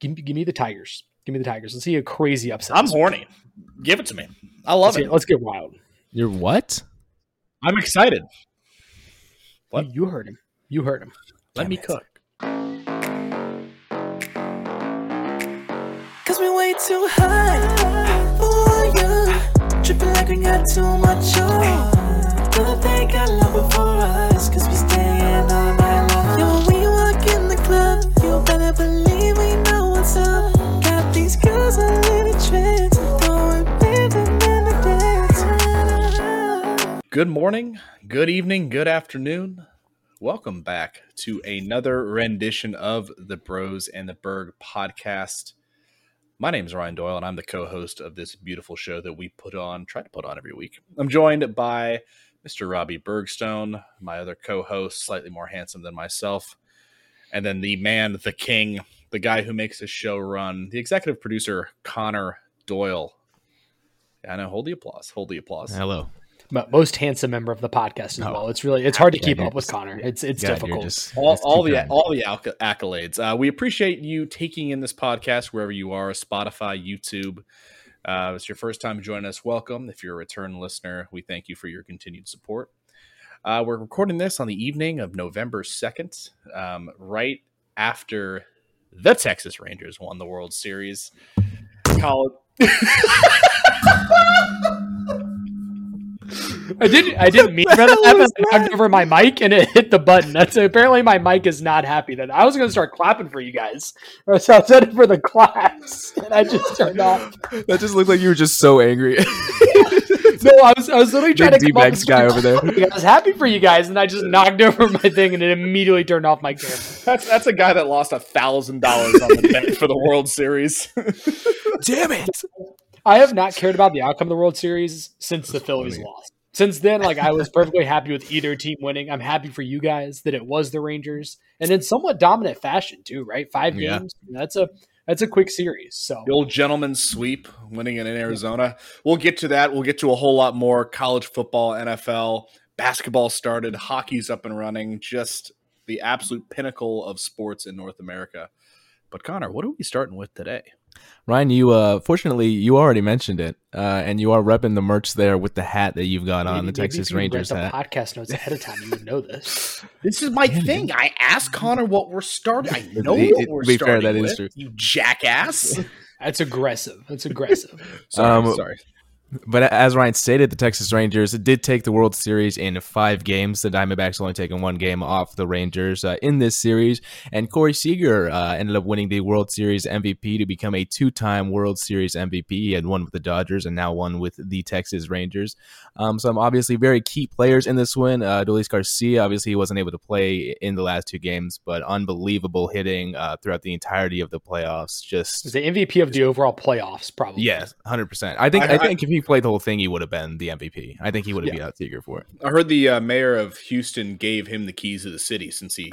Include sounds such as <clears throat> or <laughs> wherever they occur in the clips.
Give, give me the Tigers. Give me the Tigers. Let's see a crazy upset. I'm this horny. week. Give it to me. I let's love it. Get, let's get wild. You're what? I'm excited. What? You, you heard him. You heard him. Let Damn me it. cook. Cause we way too high. Ooh, you tripping like we got too much on. Don't think I love it for us, cause we staying all night long. Yo, when we walk in the club, you better believe we know what's up. Got these girls on little tricks, throwing paper in the dance. Good morning, good evening, good afternoon. Welcome back to another rendition of the Bros and the Berg podcast. My name is Ryan Doyle, and I'm the co host of this beautiful show that we put on, try to put on every week. I'm joined by Mr. Robbie Bergstone, my other co host, slightly more handsome than myself, and then the man, the king, the guy who makes this show run, the executive producer, Connor Doyle. I know, hold the applause, hold the applause. Hello. Mo- Most handsome member of the podcast as Oh. well. It's really it's hard to Yeah, keep dude, up with just- Connor. It's it's God, you're difficult. just- all, just keep all the going. all the acc- accolades. Uh, we appreciate you taking in this podcast wherever you are, Spotify, YouTube. Uh, if it's your first time joining us. Welcome. If you're a return listener, we thank you for your continued support. Uh, we're recording this on the evening of November second, um, right after the Texas Rangers won the World Series. Colin, <laughs> I didn't. I didn't mean for that. hell was but I knocked over my mic and it hit the button. That's apparently my mic is not happy. That I was going to start clapping for you guys. So I said it for the claps, <laughs> and I just turned off. <laughs> That just looked like you were just so angry. <laughs> No, I was. I was literally trying Big to come up D-backs with- guy over there. <laughs> I was happy for you guys, and I just knocked over my thing, and it immediately turned off my camera. that's that's a guy that lost a thousand dollars on the bet for the World Series. Damn it. I have not cared about the outcome of the World Series since the Phillies funny. lost. Since then, like I was perfectly happy with either team winning. I'm happy for you guys that it was the Rangers, and in somewhat dominant fashion too. Right, five Yeah. games. That's a that's a quick series. So The old gentleman's sweep winning it in Arizona. We'll get to that. We'll get to a whole lot more college football, NFL, basketball started, hockey's up and running, just the absolute pinnacle of sports in North America. But Connor, what are we starting with today? Ryan, you uh fortunately you already mentioned it. Uh and you are repping the merch there with the hat that you've got on, maybe- the maybe Texas if you read Rangers the hat. Podcast notes ahead of time, you would know this. <laughs> This is my thing. I asked Connor what we're starting. I know it- what it- we're to be fair, starting that is with, true. You <laughs> jackass. That's aggressive. That's aggressive. sorry, Um, sorry. But as Ryan stated, the Texas Rangers did take the World Series in five games. The Diamondbacks only taken one game off the Rangers uh, in this series. And Corey Seager uh, ended up winning the World Series MVP to become a two time World Series MVP. He had one with the Dodgers and now one with the Texas Rangers. Um, some obviously very key players in this win. Uh, Adolis Garcia, obviously, he wasn't able to play in the last two games, but unbelievable hitting uh, throughout the entirety of the playoffs. Just He's the MVP of the overall playoffs, probably. Yes, hundred percent. I think I- I, think if he played the whole thing, he would have been the MVP. I think he would have beat out Seager for it. I heard the uh, mayor of Houston gave him the keys of the city since <laughs> he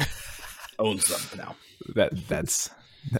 owns them now. <laughs> That that's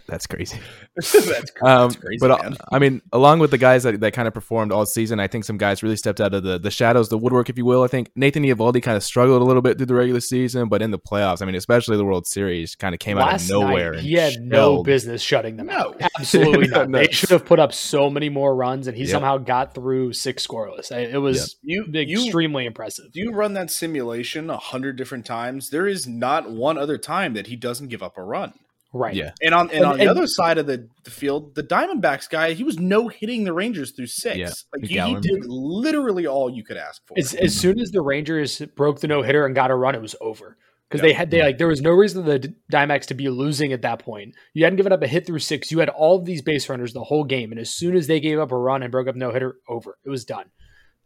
that's <laughs> crazy. That's Um, crazy, but uh, man. I mean, along with the guys that, that kind of performed all season, I think some guys really stepped out of the, the shadows, the woodwork, if you will. I think Nathan Eovaldi kind of struggled a little bit through the regular season, but in the playoffs, I mean, especially the World Series, kind of came Last out of nowhere. night, and he had no shelled. business shutting them No. out. Absolutely No, not. no. They should have put up so many more runs, and he Yep. somehow got through six scoreless. I- It was You, you extremely impressive. Do you run that simulation a hundred different times? There is not one other time that he doesn't give up a run. right. Yeah. And on and, on the And- other side of the, the field, the Diamondbacks guy, he was no hitting the Rangers through six. Yeah, like he, he McGowan. did literally all you could ask for. As, as soon as the Rangers broke the no hitter and got a run, it was over because Yeah. they had they like there was no reason for the D- Diamondbacks to be losing at that point. You hadn't given up a hit through six. You had all of these base runners the whole game, and as soon as they gave up a run and broke up no hitter, over it was done.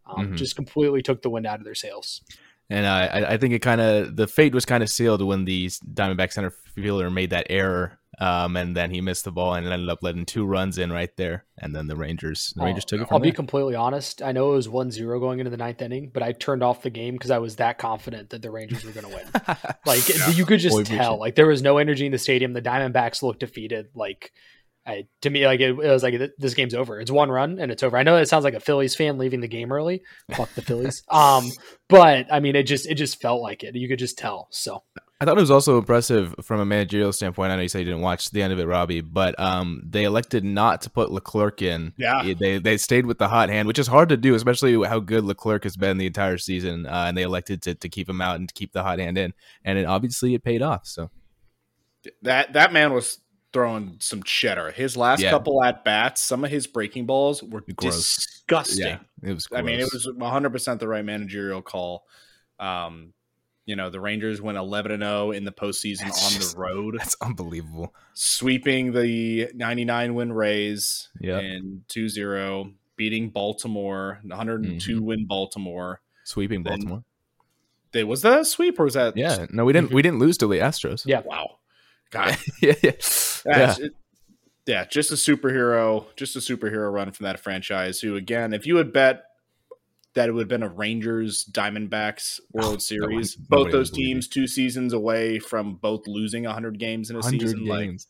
Um, Mhm. Just completely took the wind out of their sails. And uh, I, I think it kind of the fate was kind of sealed when the Diamondback center fielder made that error, um, and then he missed the ball and ended up letting two runs in right there. And then the Rangers, the Oh, Rangers took it from Oh, I'll there. be completely honest. I know it was 1-0 going into the ninth inning, but I turned off the game because I was that confident that the Rangers were <laughs> going to win. <laughs> like you could just Boy, we tell, should- like there was no energy in the stadium. The Diamondbacks looked defeated. Like I, to me, like it, it was like th- this game's over. It's one run and it's over. I know that sounds like a Phillies fan leaving the game early. Fuck the <laughs> Phillies. Um, but I mean, it just it just felt like it. You could just tell. So I thought it was also impressive from a managerial standpoint. I know you said you didn't watch the end of it, Robbie, but um, they elected not to put Leclerc in. Yeah. They they stayed with the hot hand, which is hard to do, especially how good Leclerc has been the entire season. Uh, and they elected to, to keep him out and to keep the hot hand in. And it, obviously it paid off. So That that man was throwing some cheddar. His last Yeah. couple at bats, some of his breaking balls were Gross. disgusting. yeah, it was I mean, it gross. was 100% the right managerial call. Um, you know, the Rangers went 11 and 0 in the postseason That's on <laughs> just- the road, that's unbelievable. sweeping the 99 win Rays Yeah. and 2 0, beating Baltimore, 102 Mm-hmm. win Baltimore. Sweeping Then- Baltimore. They, was that a sweep or was that? Yeah. No, we didn't we didn't lose to the Astros. Yeah. Wow. God. <laughs> yeah. Yeah. Yeah. it- yeah, just a superhero, just a superhero run from that franchise. Who, again, if you had bet that it would have been a Rangers Diamondbacks World one- Series, both Oh, nobody those would believe teams two seasons away from both losing 100 games in a 100 season. Like, games.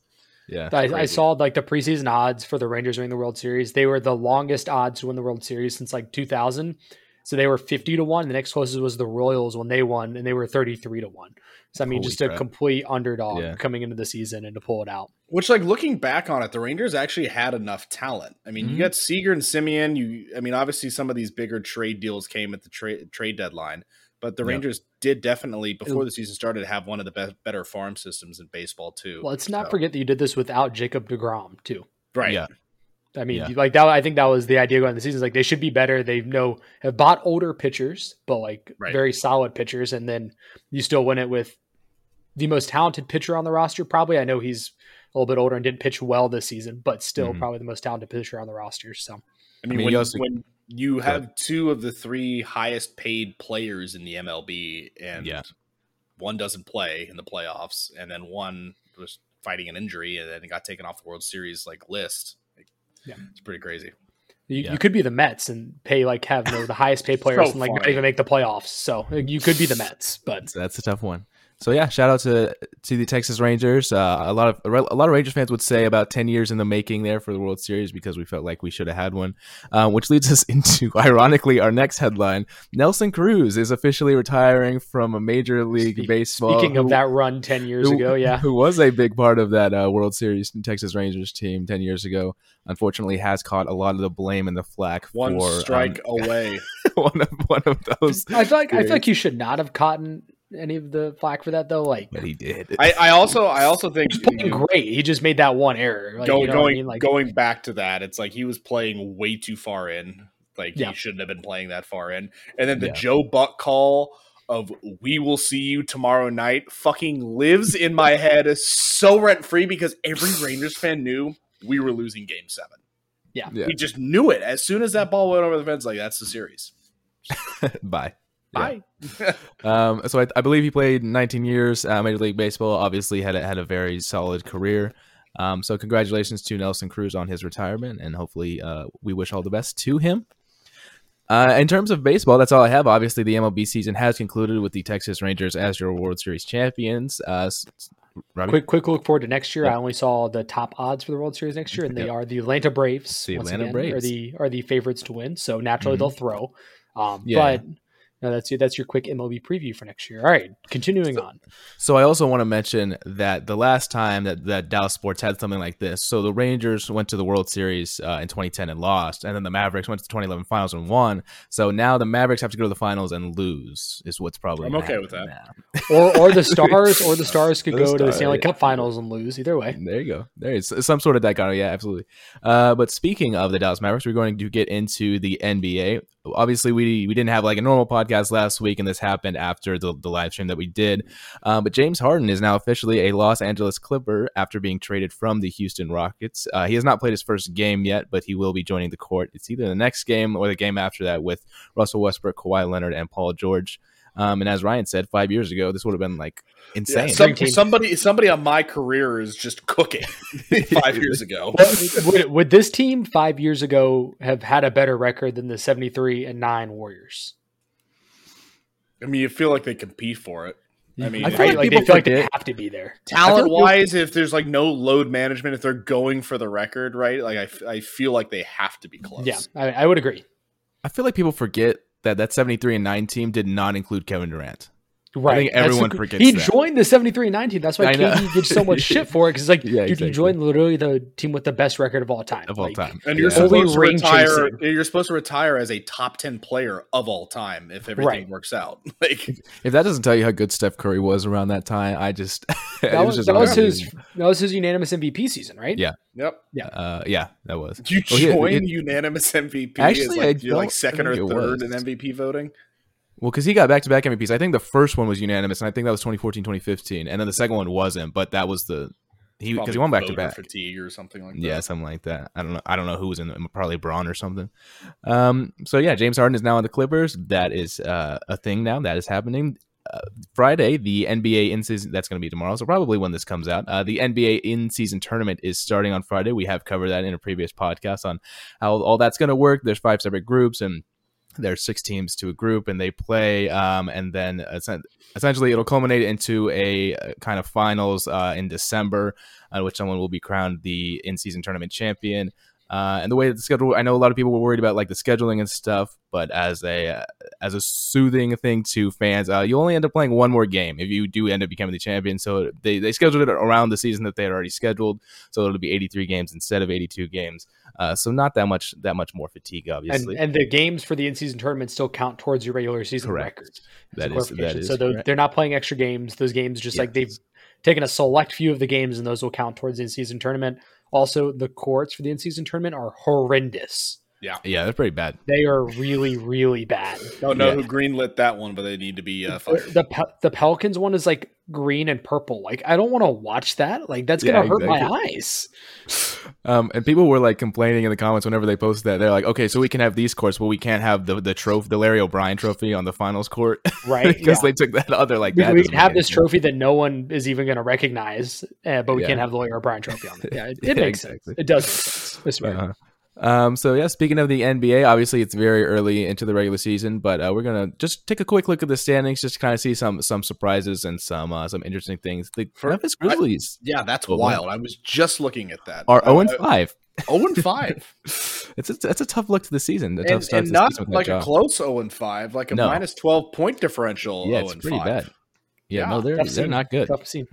yeah. I, I crazy. saw like the preseason odds for the Rangers winning the World Series. They were the longest odds to win the World Series since like 2000. So they were 50 to 1. The next closest was the Royals when they won, and they were 33 to 1. So, I mean, Holy just a crap. complete underdog Yeah. coming into the season and to pull it out. which, like, looking back on it, the Rangers actually had enough talent. I mean, you Mhm. got Seager and Simeon. You, I mean, obviously some of these bigger trade deals came at the trade trade deadline, but the Yeah. Rangers did definitely before the season started have one of the best better farm systems in baseball too. Let's not So- forget that you did this without Jacob DeGrom, too. right? Yeah. I mean, Yeah. like that. I think that was the idea going into the season. is, Like they should be better. They know have bought older pitchers, but like Right. very solid pitchers, and then you still win it with the most talented pitcher on the roster. Probably, I know he's a little bit older and didn't pitch well this season, but still Mhm. probably the most talented pitcher on the roster. So I mean, mean, when, you also- when you ahead. have two of the three highest paid players in the MLB, and Yeah. one doesn't play in the playoffs, and then one was fighting an injury and then got taken off the World Series like list. Like, Yeah. it's pretty crazy. you, Yeah. you could be the Mets and pay like have you know, the highest <laughs> paid players and like not funny. even make the playoffs. So like, you could be the Mets, but So that's a tough one. So yeah, shout out to to the Texas Rangers. Uh, a lot of a lot of Rangers fans would say about ten years in the making there for the World Series because we felt like we should have had one, uh, which leads us <laughs> into ironically our next headline: Nelson Cruz is officially retiring from a Major League Speak- Baseball. speaking who- of that run ten years who- ago, yeah, who was a big part of that uh, World Series Texas Rangers team ten years ago, unfortunately has caught a lot of the blame and the flack One for um, strike away. <laughs> one of one of those. I feel like I Great. feel like you should not have caught any of the flack for that though. Like But he did. I, I also, I also think He's playing you know, great. He just made that one error. Like, go, you know what I going mean? Like, going back to that, it's like he was playing way too far in. Like Yeah. he shouldn't have been playing that far in. And then the Yeah. Joe Buck call of "We will see you tomorrow night" fucking lives in my head so rent free because <sighs> every Rangers fan knew we were losing Game Seven. Yeah. Yeah. we just knew it as soon as that ball went over the fence. Like that's the series. <laughs> Bye. Yeah. Bye. Um, so I, I believe he played 19 years uh, Major League Baseball. Obviously, had a, had a very solid career. Um, so congratulations to Nelson Cruz on his retirement, and hopefully, uh, we wish all the best to him. Uh, in terms of baseball, that's all I have. Obviously, the MLB season has concluded with the Texas Rangers as your World Series champions. Uh, s- s- Robbie, quick, quick look forward to next year. I only saw the top odds for the World Series next year, and they Yep. are the Atlanta Braves. The once Atlanta again, are Braves. the are the favorites to win. So naturally, Mhm. they'll throw. Um, Yeah. But no, that's your that's your quick MLB preview for next year. All right, continuing on. So I also want to mention that the last time that, that Dallas Sports had something like this, so the Rangers went to the World Series uh, in 2010 and lost, and then the Mavericks went to the 2011 Finals and won. So now the Mavericks have to go to the Finals and lose, is what's probably. I'm gonna okay with happen Or or <laughs> the Stars or the Stars could The go to the Stanley Stars. Cup Finals and lose. Either <laughs> way, There you go. There is some sort of dichotomy. Yeah, absolutely. Uh, but speaking of the Dallas Mavericks, we're going to get into the NBA. Obviously, we we didn't have like a normal podcast last week, and this happened after the, the live stream that we did. Um, but James Harden is now officially a Los Angeles Clipper after being traded from the Houston Rockets. Uh, he has not played his first game yet, but he will be joining the court. It's either the next game or the game after that with Russell Westbrook, Kawhi Leonard, and Paul George. Um, and as Ryan said, five years ago, this would have been like Yeah, insane. some, Dream team. somebody, somebody on my career is just cooking. <laughs> Five years ago, would, would this team five years ago have had a better record than the seventy three and nine Warriors? I mean, you feel like they compete for it. I mean, I I feel feel like like, people they feel like they forget- have to be there. talent wise, if there's like no load management, if they're going for the record, right? Like I, f- I feel like they have to be close. Yeah, I, I would agree. I feel like people forget that that 73 and 9 team did not include Kevin Durant. Right. I think That's everyone the cr- forgets He that. joined the 73 19. That's I why know. KD gets so <laughs> much shit for it. Because, like, Yeah, dude, exactly. you joined literally the team with the best record of all time. Of all Like, time. And you're Yeah. Only supposed to ring retire. chasing. You're supposed to retire as a top ten player of all time if everything Right. works out. <laughs> Like If that doesn't tell you how good Steph Curry was around that time, I just <laughs> it That was, just that, was his, amazing. that was his unanimous MVP season, right? Yeah. Yep. Uh, yeah, that was. You Oh, yeah, join it- unanimous MVP as Actually, I like, you're don't like second or think it third was. in MVP voting. Well, because he got back to back MVPs. I think the first one was unanimous, and I think that was 2014, 2015, and then the second one wasn't. But that was the he because Probably he won back to voter back. fatigue or something like that. Yeah, something like that. I don't know. I don't know who was in the, probably Braun or something. Um, so yeah, James Harden is now on the Clippers. That is uh, a thing now. That is happening. Uh, Friday, the NBA in season that's going to be tomorrow. So probably when this comes out, uh, the NBA in season tournament is starting on Friday. We have covered that in a previous podcast on how all that's going to work. There's five separate groups and. There's six teams to a group, and they play, um, and then essen- essentially it'll culminate into a uh, kind of finals uh, in December uh, which someone will be crowned the in-season tournament champion. Uh, and the way that the schedule, I know a lot of people were worried about like the scheduling and stuff, but as a uh, as a soothing thing to fans, uh, you only end up playing one more game if you do end up becoming the champion. So they, they scheduled it around the season that they had already scheduled, so it'll be 83 games instead of 82 games. Uh, so not that much that much more fatigue, And, obviously. and the games for the in season tournament still count towards your regular season Correct. records. that It's is a that clarification. is so they're, correct. they're not playing extra games. Those games just like they've taken a select few of the games, and those will count towards the in-season tournament. Also, the courts for the in-season tournament are horrendous. yeah, that's pretty bad. They are really, really bad. Don't know Yeah. Oh, who greenlit that one, but they need to be <laughs> uh, fired. The Pe- the Pelicans one is like green and purple. Like I don't want to watch that. Like that's gonna Yeah, hurt my exactly. <laughs> eyes. Um, and people were like complaining in the comments whenever they posted that. They're like, okay, so we can have these courts, but we can't have the the trophy, the Larry O'Brien trophy on the finals court <laughs> Right? because Yeah. they took that other like We, that. we doesn't can have make any this sense. trophy that no one is even going to recognize, uh, but we Yeah. can't have the Larry O'Brien trophy <laughs> on it. Yeah, it, it Yeah, makes exactly. sense. It does make <laughs> sense. I swear. Uh-huh. Um, so yeah, speaking of the NBA, obviously it's very early into the regular season, but uh, we're gonna just take a quick look at the standings, just kind of see some some surprises and some uh, some interesting things. The For- Memphis Grizzlies yeah, that's Well, wild. I was just looking at that. are zero and Uh, five. zero and five, It's a, that's a tough look to the season. A tough and, start and to the not season with that like a job. close zero and five, like a No. minus twelve point differential. zero Yeah, it's oh and pretty five. bad. Yeah, Yeah, no, they're tough they're scene. not good. Tough scene.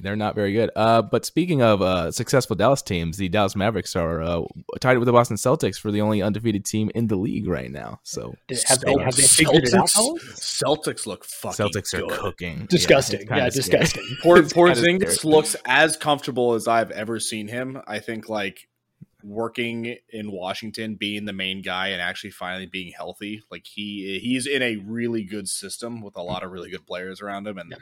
They're not very good. Uh, but speaking of uh, successful Dallas teams, the Dallas Mavericks are uh, tied with the Boston Celtics for the only undefeated team in the league right now. So Did- Have they, have they figured it out? Celtics, Celtics look fucking Celtics are good. cooking. Disgusting. it's Yeah, kinda scary. disgusting. <laughs> Por- It's kinda Porzingis scary. looks as comfortable as I've ever seen him. I think like working in Washington, being the main guy, and actually finally being healthy. Like he he's in a really good system with a lot of really good players around him, and Yeah.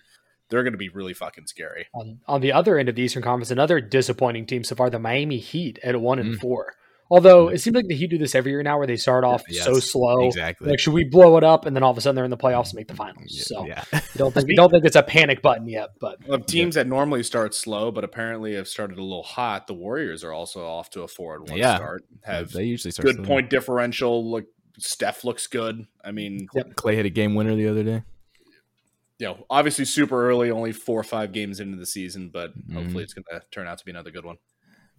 they're going to be really fucking scary. on, on the other end of the Eastern Conference, another disappointing team so far, the Miami Heat at one and Mm. four. Although it seems like the Heat do this every year now, where they start off Yeah, so yes, slow. Exactly. Like, should we blow it up? And then all of a sudden they're in the playoffs and make the finals. Yeah, So <laughs> yeah. I don't think don't think it's a panic button yet. But Of teams that normally start slow, but apparently have started a little hot. The Warriors are also off to a four and one Yeah. start. Have they usually start good slow. point differential. Look, Steph looks good. I mean, Clay hit a game winner the other day. Mm-hmm. you know, obviously super early, only four or five games into the season, but Mhm. hopefully it's going to turn out to be another good <laughs> one.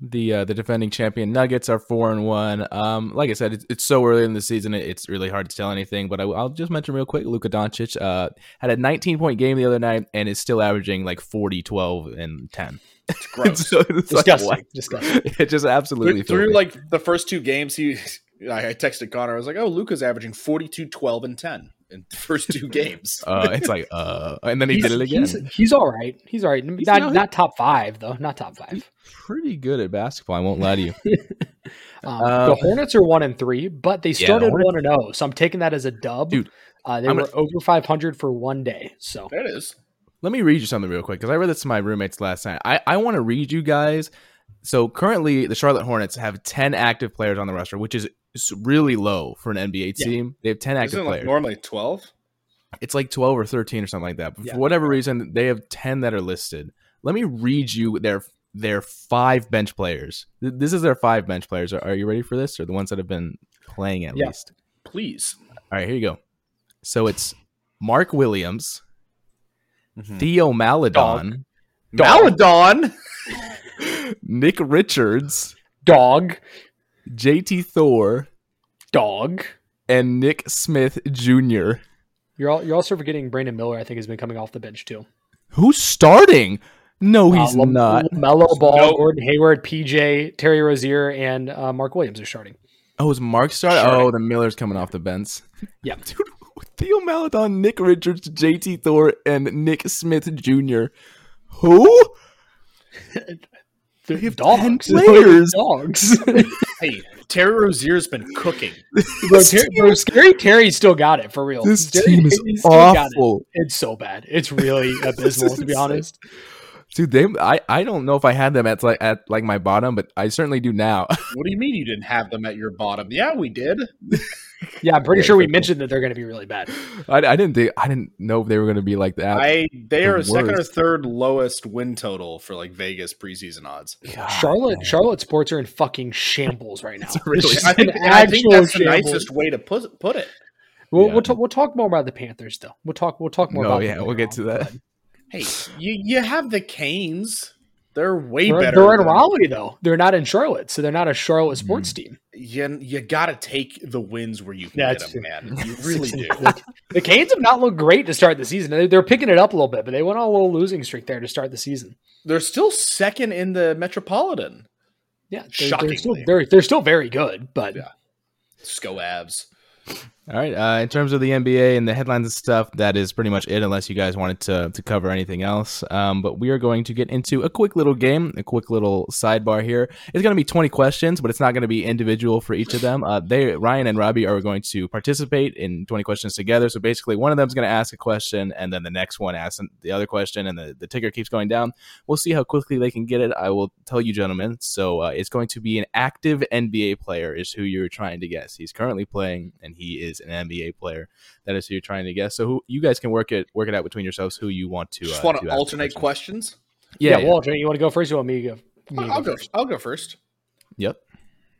The uh, the defending champion Nuggets are four and one. Um, like I said, it's, it's so early in the season; it- it's really hard to tell anything. But I, will just mention real quick: Luka Doncic uh, had a 19 point game the other night and is still averaging like 40, 12, and 10. It's gross. <laughs> so it's like, disgusting. what? disgusting. <laughs> It just absolutely through, through, filthy. like the first two games, he <laughs> I I texted Connor. I was like, "Oh, Luca's averaging 42, 12, and ten in the first <laughs> two games." uh, it's like uh, and then he did it again. He's, he's all right. He's all right. not now- not top five though. Not top five. Pretty good at basketball. I won't lie to you. <laughs> Um, Um, the Hornets are one and three, but they the started Hornets- one and zero. So I'm taking that as a dub. Dude, uh, they I'm were gonna- over 500 for one day. So there it is. Let me read you something real quick because I read this to my roommates last night. I, I want to read you guys. So currently, the Charlotte Hornets have 10 active players on the roster, which is s- really low for an NBA Yeah. team. They have 10 active Isn't it, like players. normally twelve? it's like 12 or 13 or something like that. But Yeah. for whatever reason, they have 10 that are listed. Let me read you their their five bench players. Th- This is their five bench players. Are, are you ready for this? Or the ones that have been playing at Yeah. least? Please, All right, here you go. So it's Mark Williams, Theo Maladon, Dog. Maladon. Nick Richards, Dog. JT Thor, Dog. and Nick Smith Jr. You're all, you're also forgetting Brandon Miller. I think has been coming off the bench too. Who's starting? No, Oh, he's Uh, Lam- not. Lamelo Ball, Nope. Gordon Hayward, PJ, Terry Rozier, and uh, Mark Williams are starting. Oh, is Mark starting? Sure. Oh, the Miller's coming off the bench. <laughs> Yeah. Dude, Theo Maladon, Nick Richards, JT Thor, and Nick Smith Jr. Who? They're We have 10 dogs. <laughs> They're players. <laughs> Dogs. Hey, Terry Rozier's been cooking. bro, Ter- bro, scary Terry still got Oh, it for real. This Scary team is Terry still got it. awful. It's so bad. It's <laughs> really abysmal is to be insane. honest. Dude, they I, I don't know if I had them at like at like my bottom, but I certainly do now. <laughs> What do you mean you didn't have them at your bottom? Yeah, we did. Yeah, I'm pretty Yeah, sure we they're cool. mentioned that they're going to be really bad. I, I didn't think I didn't know if they were gonna be like that. I they the are second or worst. third lowest win total for like Vegas preseason odds. God, Charlotte, Charlotte sports are in fucking shambles <laughs> right now. really It's I think, an and I think actual that's the shambles. nicest way to put put it. We'll, Yeah. we'll, talk, we'll talk more about the Panthers though. We'll talk we'll talk more no, about yeah, them we'll later get to on. that. Hey, you you have the Canes. They're way They're, better. they're in than- Raleigh though. They're not in Charlotte, so they're not a Mm. Charlotte sports team. You, you gotta take the wins where you can Yeah, get it's them, man. <laughs> You really do. Like, the Canes have not looked great to start the season. They- They're picking it up a little bit, but they went on a little losing streak there to start the season. They're still second in the Metropolitan. Yeah, they're, they're still Shockingly. they're, they're still very good, but Yeah. Scoabs. All right. Uh, in terms of the NBA and the headlines and stuff, that is pretty much it, unless you guys wanted to, to cover anything else. Um, but we are going to get into a quick little game, a quick little sidebar here. It's going to be 20 questions, but it's not going to be individual for each of them. Uh, they Ryan and Robbie are going to participate in 20 questions together. So basically, one of them is going to ask a question, and then the next one asks the other question, and the, the ticker keeps going down. We'll see how quickly they can get it. I will tell you, gentlemen. So uh, it's going to be an active NBA player is who you're trying to guess. He's currently playing, and he is an NBA player. That is who you're trying to guess. So who, you guys can work it work it out between yourselves who you want to. Just uh, want to to ask alternate questions. questions. yeah, Yeah, yeah. Walter, you want to go first? Or you want me to go? me to I'll go. first? I'll go first. Yep.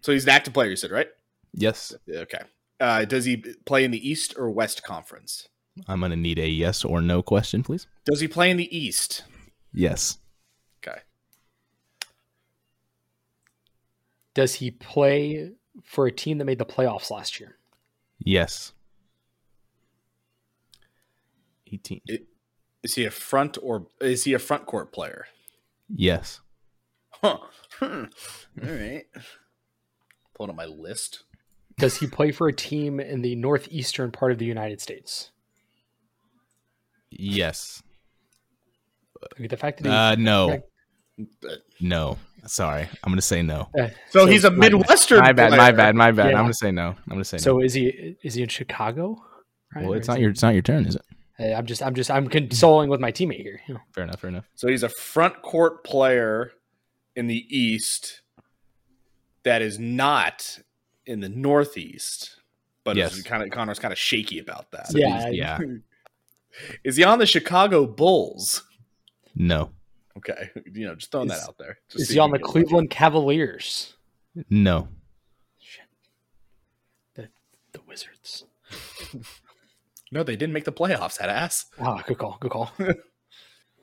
So he's an active player. You said right? Yes. Okay. Uh, does he play in the East or West Conference? I'm going to need a yes or no question, please. Does he play in the East? Yes. Okay. Does he play for a team that made the playoffs last year? Yes. 18. Is he a front or is he a front court player? Yes. Huh. Hmm. All right. Pulling up my list. Does he play for a team in the northeastern part of the United States? Yes. Like, the fact that he, Uh, no. Okay. No. Sorry. I'm going to say no. So, he's a my bad. Midwestern. My bad, my player. bad, my bad. Yeah. I'm gonna say no. I'm gonna say so is he is he in Chicago? no. Right? Well, Or it's is not he- your it's not your turn, is it? Hey, I'm just I'm just I'm consoling with my teammate here. you know. Fair enough. Fair enough. So he's a front court player in the East that is not in the Northeast, but Yes. kind of Connor's kind of shaky about that. Is Yeah, he's- I- yeah. he on the Chicago Bulls? No. Okay, <laughs> you know, just throwing Is- that out there. Just Is see he if on the we get one. Cleveland Cavaliers? No. The Wizards. No, they didn't make the playoffs. That ass. Ah, good call. Good <laughs> call.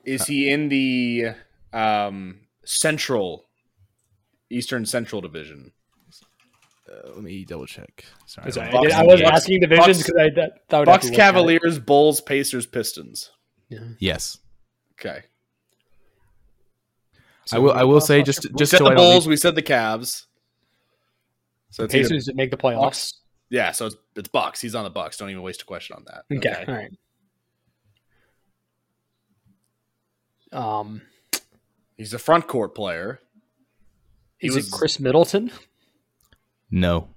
Is he in the um, Central, Eastern Central Division? Uh, let me double check. Sorry. Sorry, I, Bucks- did, I was Bucks- asking divisions Bucks- because I that, that would have Bucks, to look at it. Cavaliers, Bulls, Pacers, Pistons. Yeah. Yes. Okay, I will. I will say just just so we I said the don't Bulls. We said the Cavs. So it's either- Pacers didn't make the playoffs. yeah, so it's, it's Bucks. He's on the Bucks. Don't even waste a question on that. Okay. All right. Um, He's a front court player. He is was- it Chris Middleton? no.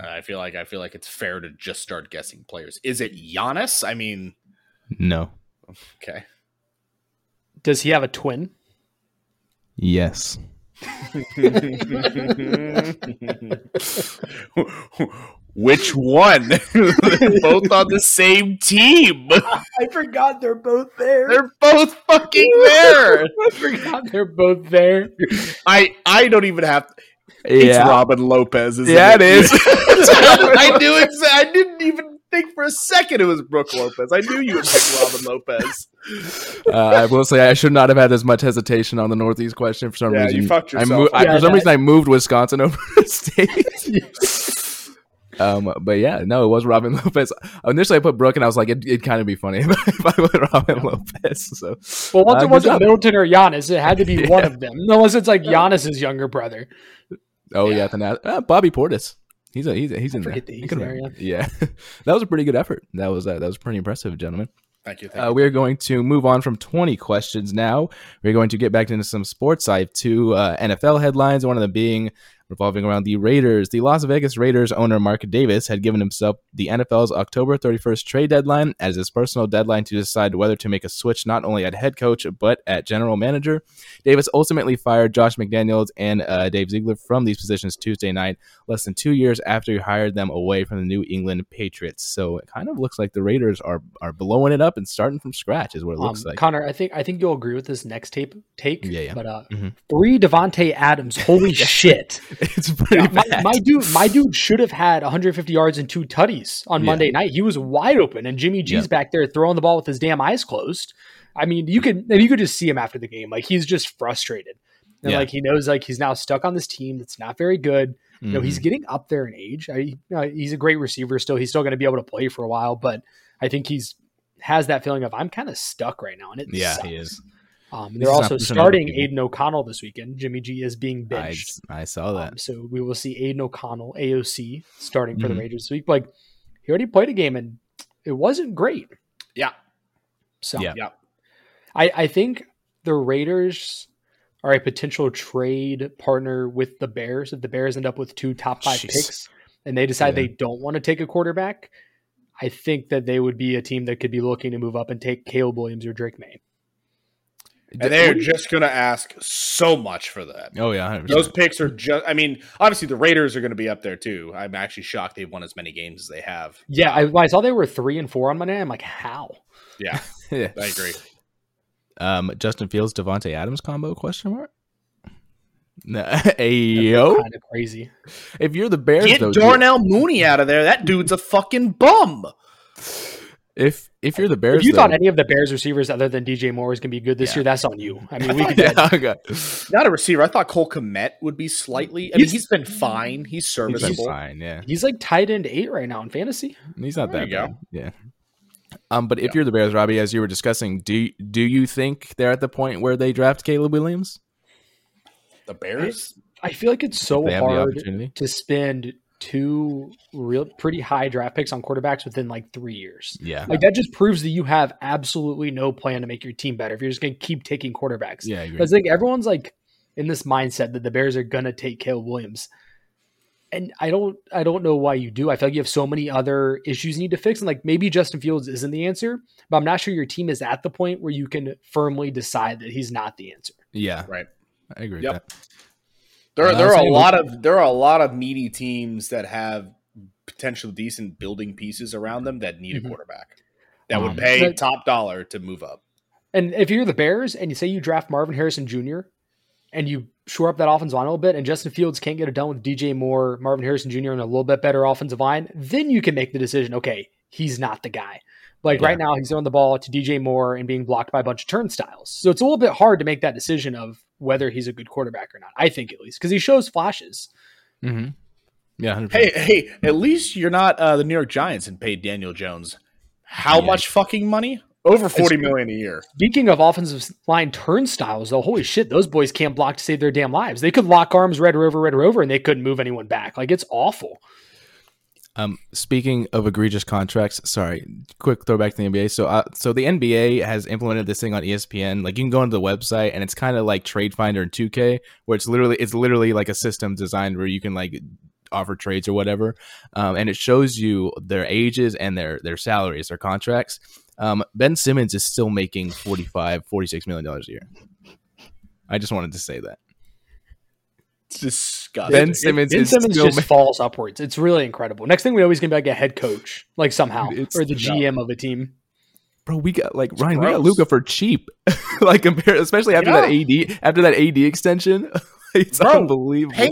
Uh, I feel like I feel like it's fair to just start guessing players. Is it Giannis? I mean, No. okay. Does he have a twin? Yes. Which one? both on the same team. I forgot they're <laughs> both there. They're both fucking there. I forgot they're both there. I I don't even have. It's Yeah. Robin Lopez. Isn't <laughs> Yeah, it is. <laughs> I knew. Exa- I didn't even think for a second it was Brooke Lopez. I knew you would pick Robin Lopez. Uh, I will say I should not have had as much hesitation on the Northeast question for some Yeah, reason. you fucked I yourself. mo- I- Yeah, for some that- reason, I moved Wisconsin <laughs> over the <laughs> state. um, but yeah, no, it was Robin Lopez. Initially, I put Brooke, and I was like, it, it'd kind of be funny <laughs> if I, if I put Robin Lopez. So, Well, once Uh, it wasn't good job. Middleton or Giannis, it had to <laughs> be Yeah. one of them, unless it's like Giannis's younger brother. oh yeah, then I- uh, Bobby Portis. He's a, he's a, he's in there. forget that He he's could've- there, yeah. yeah, <laughs> that was a pretty good effort. That was uh, that was pretty impressive, gentlemen. Thank you. Uh, we are going to move on from 20 questions now. We're going to get back into some sports. I have two uh, NFL headlines, one of them being revolving around the Raiders. The Las Vegas Raiders owner Mark Davis had given himself the NFL's October 31st trade deadline as his personal deadline to decide whether to make a switch not only at head coach but at general manager. Davis ultimately fired Josh McDaniels and uh, Dave Ziegler from these positions Tuesday night, less than two years after he hired them away from the New England Patriots. So it kind of looks like the Raiders are are blowing it up and starting from scratch, is what it Um, looks like. Connor, I think I think you'll agree with this next tape take. Yeah, yeah. But uh, Mhm. three Devonte Adams. <laughs> Holy shit! <laughs> it's pretty Yeah, my, bad. my dude, my dude should have had 150 yards and two tutties on Yeah. Monday night. He was wide open, and Jimmy G's Yeah. back there throwing the ball with his damn eyes closed. I mean, you could and you could just see him after the game, like he's just frustrated, and Yeah. like he knows like he's now stuck on this team that's not very good. You know, Mhm. he's getting up there in age. I, you know, he's a great receiver still. He's still going to be able to play for a while, but I think he's has that feeling of I'm kind of stuck right now, and it yeah, sucks. he is. Um, and This they're is also 100% other starting people. Aiden O'Connell this weekend. Jimmy G is being benched. I, I saw that. Um, so we will see Aiden O'Connell, AOC, starting for Mhm. the Raiders this week. Like he already played a game and it wasn't great. Yeah. So Yeah. Yeah. I, I think the Raiders are a potential trade partner with the Bears. If the Bears end up with two top five Jeez. picks and they decide Yeah. they don't want to take a quarterback, I think that they would be a team that could be looking to move up and take Caleb Williams or Drake May. Um, and they're just going to ask so much for that. oh yeah, 100%. Those picks are just. I mean, obviously the Raiders are going to be up there too. I'm actually shocked they've won as many games as they have. Yeah, I, when I saw they were three and four on Monday. I'm like, how? Yeah, <laughs> Yeah. I agree. Um, Justin Fields, Devonte Adams combo question mark. No, <laughs> Ayo. Kind of crazy. If you're the Bears, Get though, dude- Darnell Mooney out of there. That dude's a fucking bum. if if you're the Bears, If you thought though- any of the Bears receivers other than DJ Moore was going to be good this year, that's on you. I mean, we could. <laughs> <laughs> yeah, okay. Not a receiver. I thought Cole Komet would be slightly. I mean, He's- he's been fine. He's He's serviceable. like fine. Yeah, He's like tight end eight right now in fantasy. he's not There that you go. bad. Yeah. Um, but if you're the Bears, Robbie, as you were discussing, do do you think they're at the point where they draft Caleb Williams? The Bears. I feel like it's If so they have the hard opportunity. to spend two real pretty high draft picks on quarterbacks within like three years. Yeah. Like that just proves that you have absolutely no plan to make your team better if you're just going to keep taking quarterbacks. Yeah, I agree. Because I think everyone's like in this mindset that the Bears are gonna take Caleb Williams. And I don't I don't know why you do. I feel like you have so many other issues you need to fix. And like maybe Justin Fields isn't the answer, but I'm not sure your team is at the point where you can firmly decide that he's not the answer. Yeah, Right. I agree. Yep. With that. There, And are- there I'll are say a we- lot of there are a lot of meaty teams that have potential decent building pieces around them that need Mhm. a quarterback that Mm-hmm. Um, would pay But- top dollar to move up. And if you're the Bears and you say you draft Marvin Harrison Jr. and you shore up that offensive line a little bit, and Justin Fields can't get it done with DJ Moore, Marvin Harrison Jr. and a little bit better offensive line, then you can make the decision. Okay, he's not the guy. Like right now, he's throwing the ball to DJ Moore and being blocked by a bunch of turnstiles. So it's a little bit hard to make that decision of whether he's a good quarterback or not. I think at least because he shows flashes. Mm-hmm. Yeah. 100%. Hey, hey, at least you're not uh, the New York Giants and paid Daniel Jones how Yeah. much fucking money? Over forty million a year. Speaking of offensive line turnstiles, though, holy shit, those boys can't block to save their damn lives. They could lock arms, Red Rover, Red Rover, and they couldn't move anyone back. Like it's awful. Um, speaking of egregious contracts, sorry, quick throwback to the NBA. So, uh, so the NBA has implemented this thing on E ESPN. Like, you can go onto the website, and it's kind of like Trade Finder and 2K, where it's literally it's literally like a system designed where you can like offer trades or whatever, um, and it shows you their ages and their their salaries, their contracts. Um, ben Simmons is still making 45 46 million dollars a year. I just wanted to say that It's disgusting. Ben Simmons Ben is Simmons still just falls upwards. It's really incredible. Next thing we know, he's gonna be like a head coach, like somehow, It's- or the GM of a team. bro, we got like Ryan, we got gross. <laughs> Luca for cheap. like compare, especially after that AD, after that AD extension. <laughs> it's Bro, unbelievable. Pay,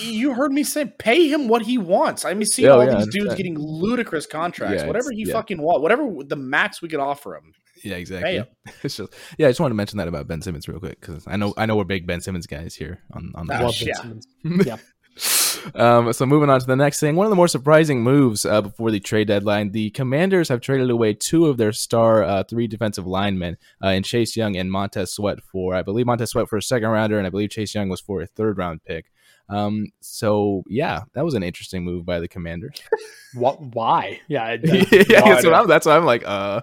you heard me say, pay him what he wants. I mean, see Yeah, all yeah, I these dudes understand. getting ludicrous contracts, Yeah, whatever it's- you yeah. fucking want, whatever the max we could offer him. Yeah, exactly. Bam. <laughs> It's just- yeah, I just wanted to mention that about Ben Simmons real quick because I know I know we're big Ben Simmons guys here on on the Ah, Love Ben shit. Simmons. um, so moving on to the next thing, one of the more surprising moves uh, before the trade deadline, the Commanders have traded away two of their star uh, three defensive linemen, uh, in Chase Young and Montez Sweat for, I believe Montez Sweat for a second rounder, and I believe Chase Young was for a third round pick. Um, so yeah, that was an interesting move by the Commanders. <laughs> What? Why? Yeah, I- yeah, <laughs> No that's idea. what I'm. That's what I'm like. Uh,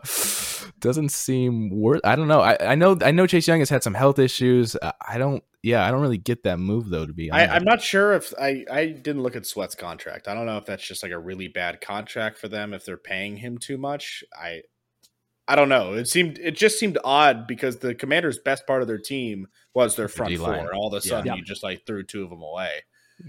doesn't seem worth. I don't know. I, I know. I know Chase Young has had some health issues. I, I don't. Yeah, I don't really get that move though. To be I, honest, I'm not sure if I, I didn't look at Sweat's contract. I don't know if that's just like a really bad contract for them if they're paying him too much. I I don't know. It seemed it just seemed odd because the Commanders' best part of their team was their front four, D-line. and all of a Yeah. sudden Yeah. you just like threw two of them away.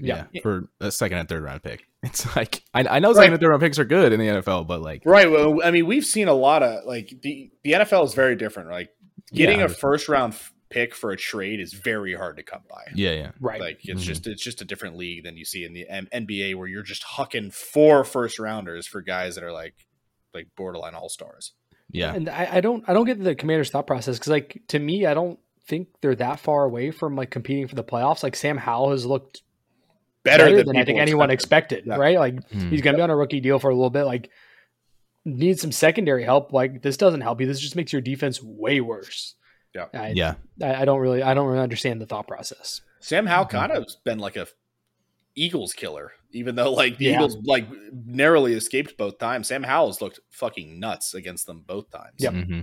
yeah, yeah. for a second and third round pick. <laughs> It's like I, I know Right. second and third round picks are good in the NFL, but like Right. Well, I mean, we've seen a lot of like the the NFL is very different. Like getting Yeah. a first round f- pick for a trade is very hard to come by. yeah, yeah, right. Like it's Mhm. just it's just a different league than you see in the M- NBA where you're just hucking four first rounders for guys that are like like borderline all stars. yeah. And I, I don't I don't get the commander's thought process because like to me I don't think they're that far away from like competing for the playoffs. Like Sam Howell has looked Better, better, than, than, I think people anyone expected. expected, Yeah. right? Like Mhm. he's gonna be on a rookie deal for a little bit. Like needs some secondary help. Like this doesn't help you. This just makes your defense way worse. Yeah. I, yeah, I, I don't really I don't really understand the thought process. Sam Howell Mm-hmm. kind of's been like a Eagles killer, even though like the Yeah. Eagles like narrowly escaped both times. Sam Howell's looked fucking nuts against them both times. Yep. hmm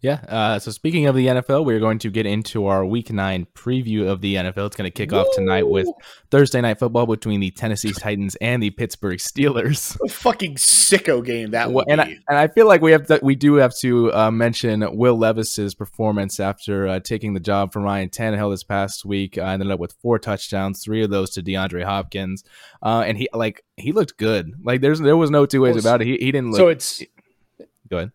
Yeah. Uh, so speaking of the NFL, we're going to get into our Week Nine preview of the NFL. It's going to kick off tonight with Thursday Night Football between the Tennessee Titans and the Pittsburgh Steelers. <laughs> A fucking sicko game that Well, would and I, be. and I feel like we have to, we do have to uh, mention Will Levis's performance after uh, taking the job from Ryan Tannehill this past week. I ended up with four touchdowns, three of those to DeAndre Hopkins, uh, and he like he looked good. Like there's there was no two ways Well, about it. He, he didn't look so it's good.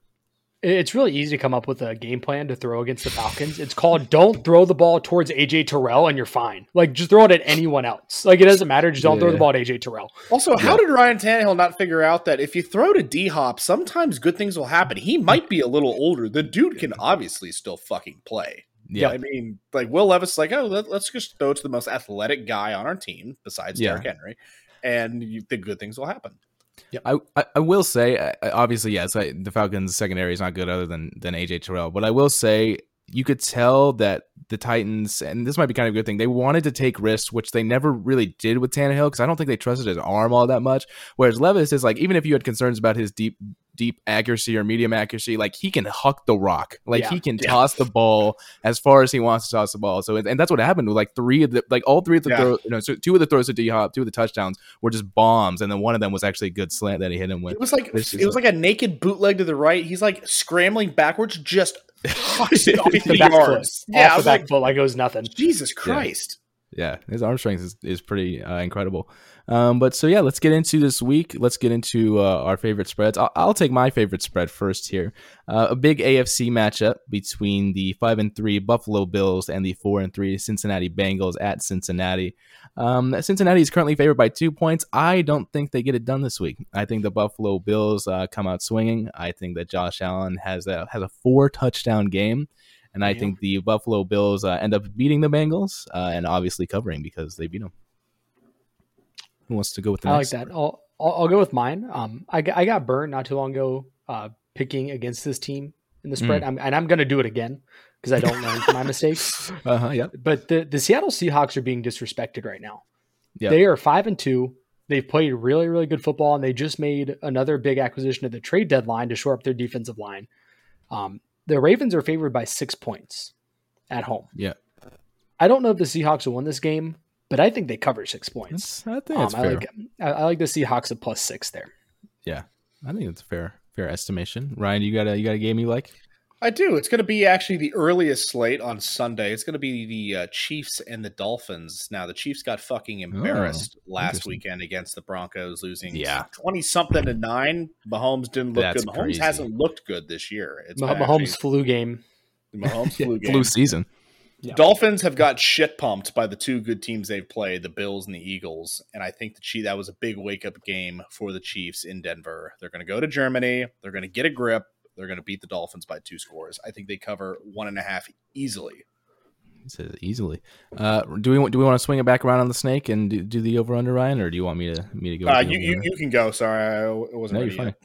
it's really easy to come up with a game plan to throw against the Falcons. It's called don't throw the ball towards AJ Terrell and you're fine. Like just throw it at anyone else. Like it doesn't matter. Just don't throw Yeah. the ball at AJ Terrell. Also, how did Ryan Tannehill not figure out that if you throw to D Hop, sometimes good things will happen? He might be a little older. The dude can obviously still fucking play. Yeah, I mean, like Will Levis, is like, oh, let, us just throw to the most athletic guy on our team besides Yeah. Derrick Henry, and you, the good things will happen. I, I, I will say I- I- obviously yes, I, the Falcons secondary is not good other than than AJ Terrell, but I will say. You could tell that the Titans, and this might be kind of a good thing, they wanted to take risks, which they never really did with Tannehill because I don't think they trusted his arm all that much. Whereas Levis is like, even if you had concerns about his deep, deep accuracy or medium accuracy, like he can huck the rock, like Yeah. he can Yeah. toss the ball as far as he wants to toss the ball. So, and that's what happened with like three of the, like all three of the, Yeah. throw, you know, so two of the throws to D Hop, two of the touchdowns were just bombs, and then one of them was actually a good slant that he hit him with. It was like This is it was like a naked bootleg to the right. He's like scrambling backwards, just hucks it Off the 50 back foot. yards. Yeah, I Off the was back like, foot like it was nothing. Jesus Christ. Yeah, his arm strength is, is pretty uh, incredible. Um, but so yeah, let's get into this week. Let's get into uh, our favorite spreads. I'll, I'll take my favorite spread first here. Uh, a big AFC matchup between the five and three Buffalo Bills and the four and three Cincinnati Bengals at Cincinnati. Um, Cincinnati is currently favored by two points. I don't think they get it done this week. I think the Buffalo Bills uh, come out swinging. I think that Josh Allen has a has a four touchdown game. And I Yeah. think the Buffalo Bills uh, end up beating the Bengals uh, and obviously covering because they beat them. Who wants to go with the I like next? that. I'll, I'll I'll go with mine. Um, I got- I got burned not too long ago. Uh, picking against this team in the Mm. spread, I'm, and I'm gonna do it again because I don't learn from my mistakes. Uh huh. Yeah. but the, the Seattle Seahawks are being disrespected right now. Yeah. They are five and two. They've played really, really good football, and they just made another big acquisition at the trade deadline to shore up their defensive line. Um, the Ravens are favored by six points at home. Yeah. I don't know if the Seahawks will win this game, but I think they cover six points. That's, I think Um, that's I fair. like I, I like the Seahawks at plus six there. I think it's a fair fair estimation. Ryan, you got a you got a game you like? I do. It's going to be actually the earliest slate on Sunday. It's going to be the uh, Chiefs and the Dolphins. Now, the Chiefs got fucking embarrassed last Oh, interesting. weekend against the Broncos, losing Yeah. twenty something to nine. Mahomes didn't look That's good. Mahomes crazy. hasn't looked good this year. It's Mah- been Mahomes actually- flu game. <laughs> Mahomes flu game. Blue season. Yeah. Dolphins have got shit pumped by the two good teams they've played, the Bills and the Eagles, and I think the Chief that was a big wake up game for the Chiefs in Denver. They're going to go to Germany. They're going to get a grip. They're going to beat the Dolphins by two scores. I think they cover one and a half easily. It says easily. Uh, do we want- do we want to swing it back around on the snake and do, do the over under Ryan, or do you want me to me to go? with Uh, the you, you over-under? you can go. Sorry, I w- wasn't No, you're ready yet.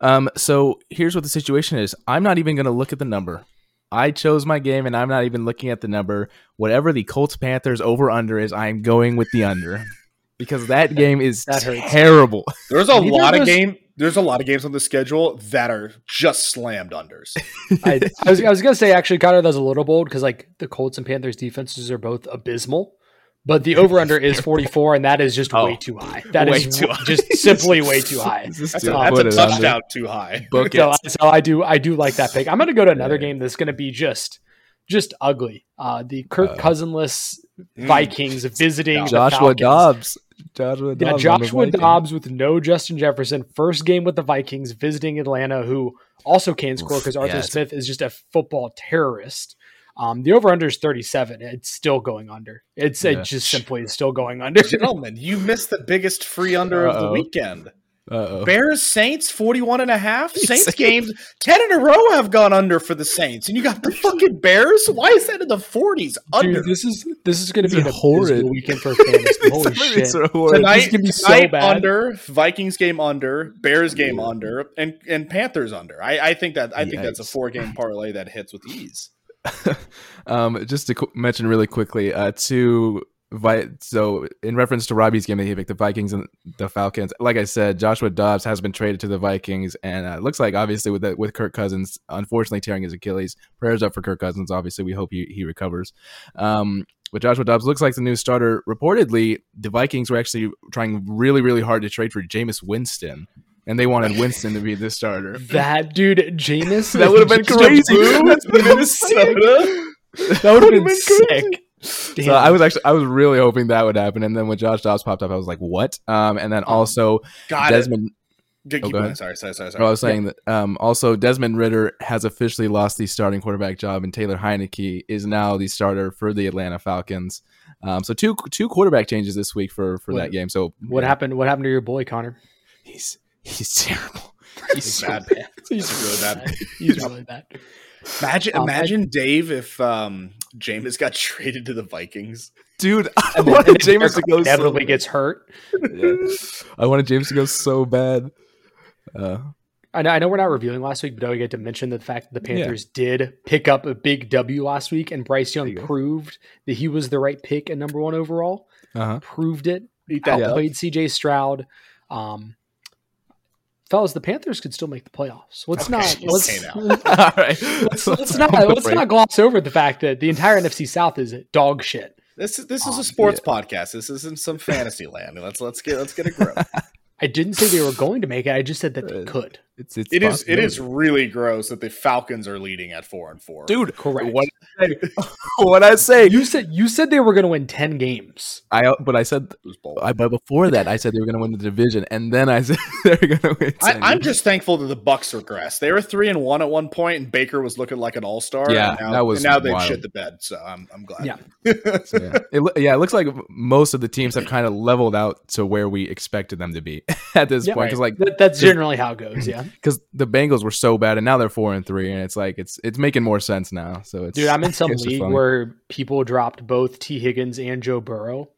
fine. Um, so here's what the situation is. I'm not even going to look at the number. I chose my game, and I'm not even looking at the number. Whatever the Colts Panthers over under is, I'm going with the under <laughs> because that game is That hurts. <laughs> terrible. There's a Neither of lot of those- game. There's a lot of games on the schedule that are just slammed unders. <laughs> I, I was I was gonna say actually Connor that was a little bold because like the Colts and Panthers defenses are both abysmal, but the over under <laughs> is 44 and that is just Oh. way too high. That is Way too high. just simply <laughs> way too high. Just That's a, do it. that's Put a it under. touchdown too high. Book So, it. so I do I do like that pick. I'm gonna go to another Yeah. game that's gonna be just just ugly. Uh, the Kirk Uh, mm. Cousinless Mm. <laughs> Vikings visiting the Joshua Falcons. Dobbs. Joshua Dobbs. Yeah, on the Joshua Vikings. Dobbs with no Justin Jefferson. First game with the Vikings visiting Atlanta, who also can score Oof, because Arthur yeah, it's- Smith is just a football terrorist. Um, the over under is 37. It's still going under. It's Yeah. it just simply is still going under. Gentlemen, you missed the biggest free under of the Uh-oh. weekend. Uh-oh. Bears Saints 41 and a half. Saints Saints. games 10 in a row have gone under for the Saints. And you got the fucking Bears? Why is that in the 40s under? Dude, this is this is going to These be an are horrid. horrid weekend for fantasy. Holy shit. <laughs> It's so horrid. Tonight- Tonight, gonna be so tonight bad. under Vikings game under Bears game under and and Panthers under. I, I think that I think that's a Yikes. four game parlay that hits with ease. um, just to qu- mention really quickly, uh, to Vi- so in reference to Robbie's game that he picked, the Vikings and the Falcons. Like I said, Joshua Dobbs has been traded to the Vikings, and uh, it looks like obviously with the, with Kirk Cousins, unfortunately tearing his Achilles. Prayers up for Kirk Cousins. Obviously, we hope he he recovers. Um, but Joshua Dobbs looks like the new starter. Reportedly, the Vikings were actually trying really, really hard to trade for Jameis Winston, and they wanted Winston to be the starter. That dude, Jameis, <laughs> That would have been just a crazy. <laughs> boo. That's been insane. That would have been, Would've been sick. Damn. So I was actually I was really hoping that would happen, and then when Josh Dobbs popped up, I was like, "What?" Um, and then Oh, also Got it. Desmond. Good, Oh, keep go going. ahead. Sorry, sorry, sorry, I sorry. was saying that um, also Desmond Ritter has officially lost the starting quarterback job, and Taylor Heineke is now the starter for the Atlanta Falcons. Um, so two two quarterback changes this week for for What- that game. So what happened? What happened to your boy Connor? He's he's <laughs> terrible. He's It's so bad. He's <laughs> really bad. He's really bad. Imagine, Um, I- imagine Dave if um, Jameis got <laughs> traded to the Vikings. dude. I And then- wanted and then James to Kirk go. So, inevitably gets hurt. Yeah. <laughs> I wanted James to go so bad. Uh, I know, I know we're not reviewing last week, but I get to mention the fact that the Yeah. Panthers did pick up a big W last week, and Bryce Young you go. proved that he was the right pick at number one overall. <laughs> uh-huh. Proved it. Eat that up. Outplayed C.J. Stroud. Um, fellas, the Panthers could still make the playoffs. Let's Okay, not okay let's, now. let's, All <laughs> right. <laughs> let's not let's not gloss over the fact that the entire NFC South is dog shit. This is this is Um, a sports podcast. This isn't some fantasy land. Let's let's get let's get a grip. I didn't say they were going to make it. I just said that they Uh, could. It's, it's it is it possibility. is really gross that the Falcons are leading at four and four. dude. Correct. What I say? what I <laughs> say? You said you said they were going to win ten games. I but I said It was bold. I but before that I said they were going to win the division, and then I <laughs> said they're going to win. I, ten. I'm just thankful that the Bucks regressed. They were three and one at one point, and Baker was looking like an all star. Yeah, and now, that was and now they wild. shit the bed. So I'm I'm glad. Yeah. <laughs> yeah. It, loo- yeah, it looks like most of the teams have kind of leveled out to where we expected them to be <laughs> at this Yeah. point. Because like That, that's Just- generally how it goes. <laughs> Yeah. because the Bengals were so bad, and now they're four and three, and it's like it's it's making more sense now. So it's Dude, I'm in some It's just league funny. where people dropped both T. Higgins and Joe Burrow.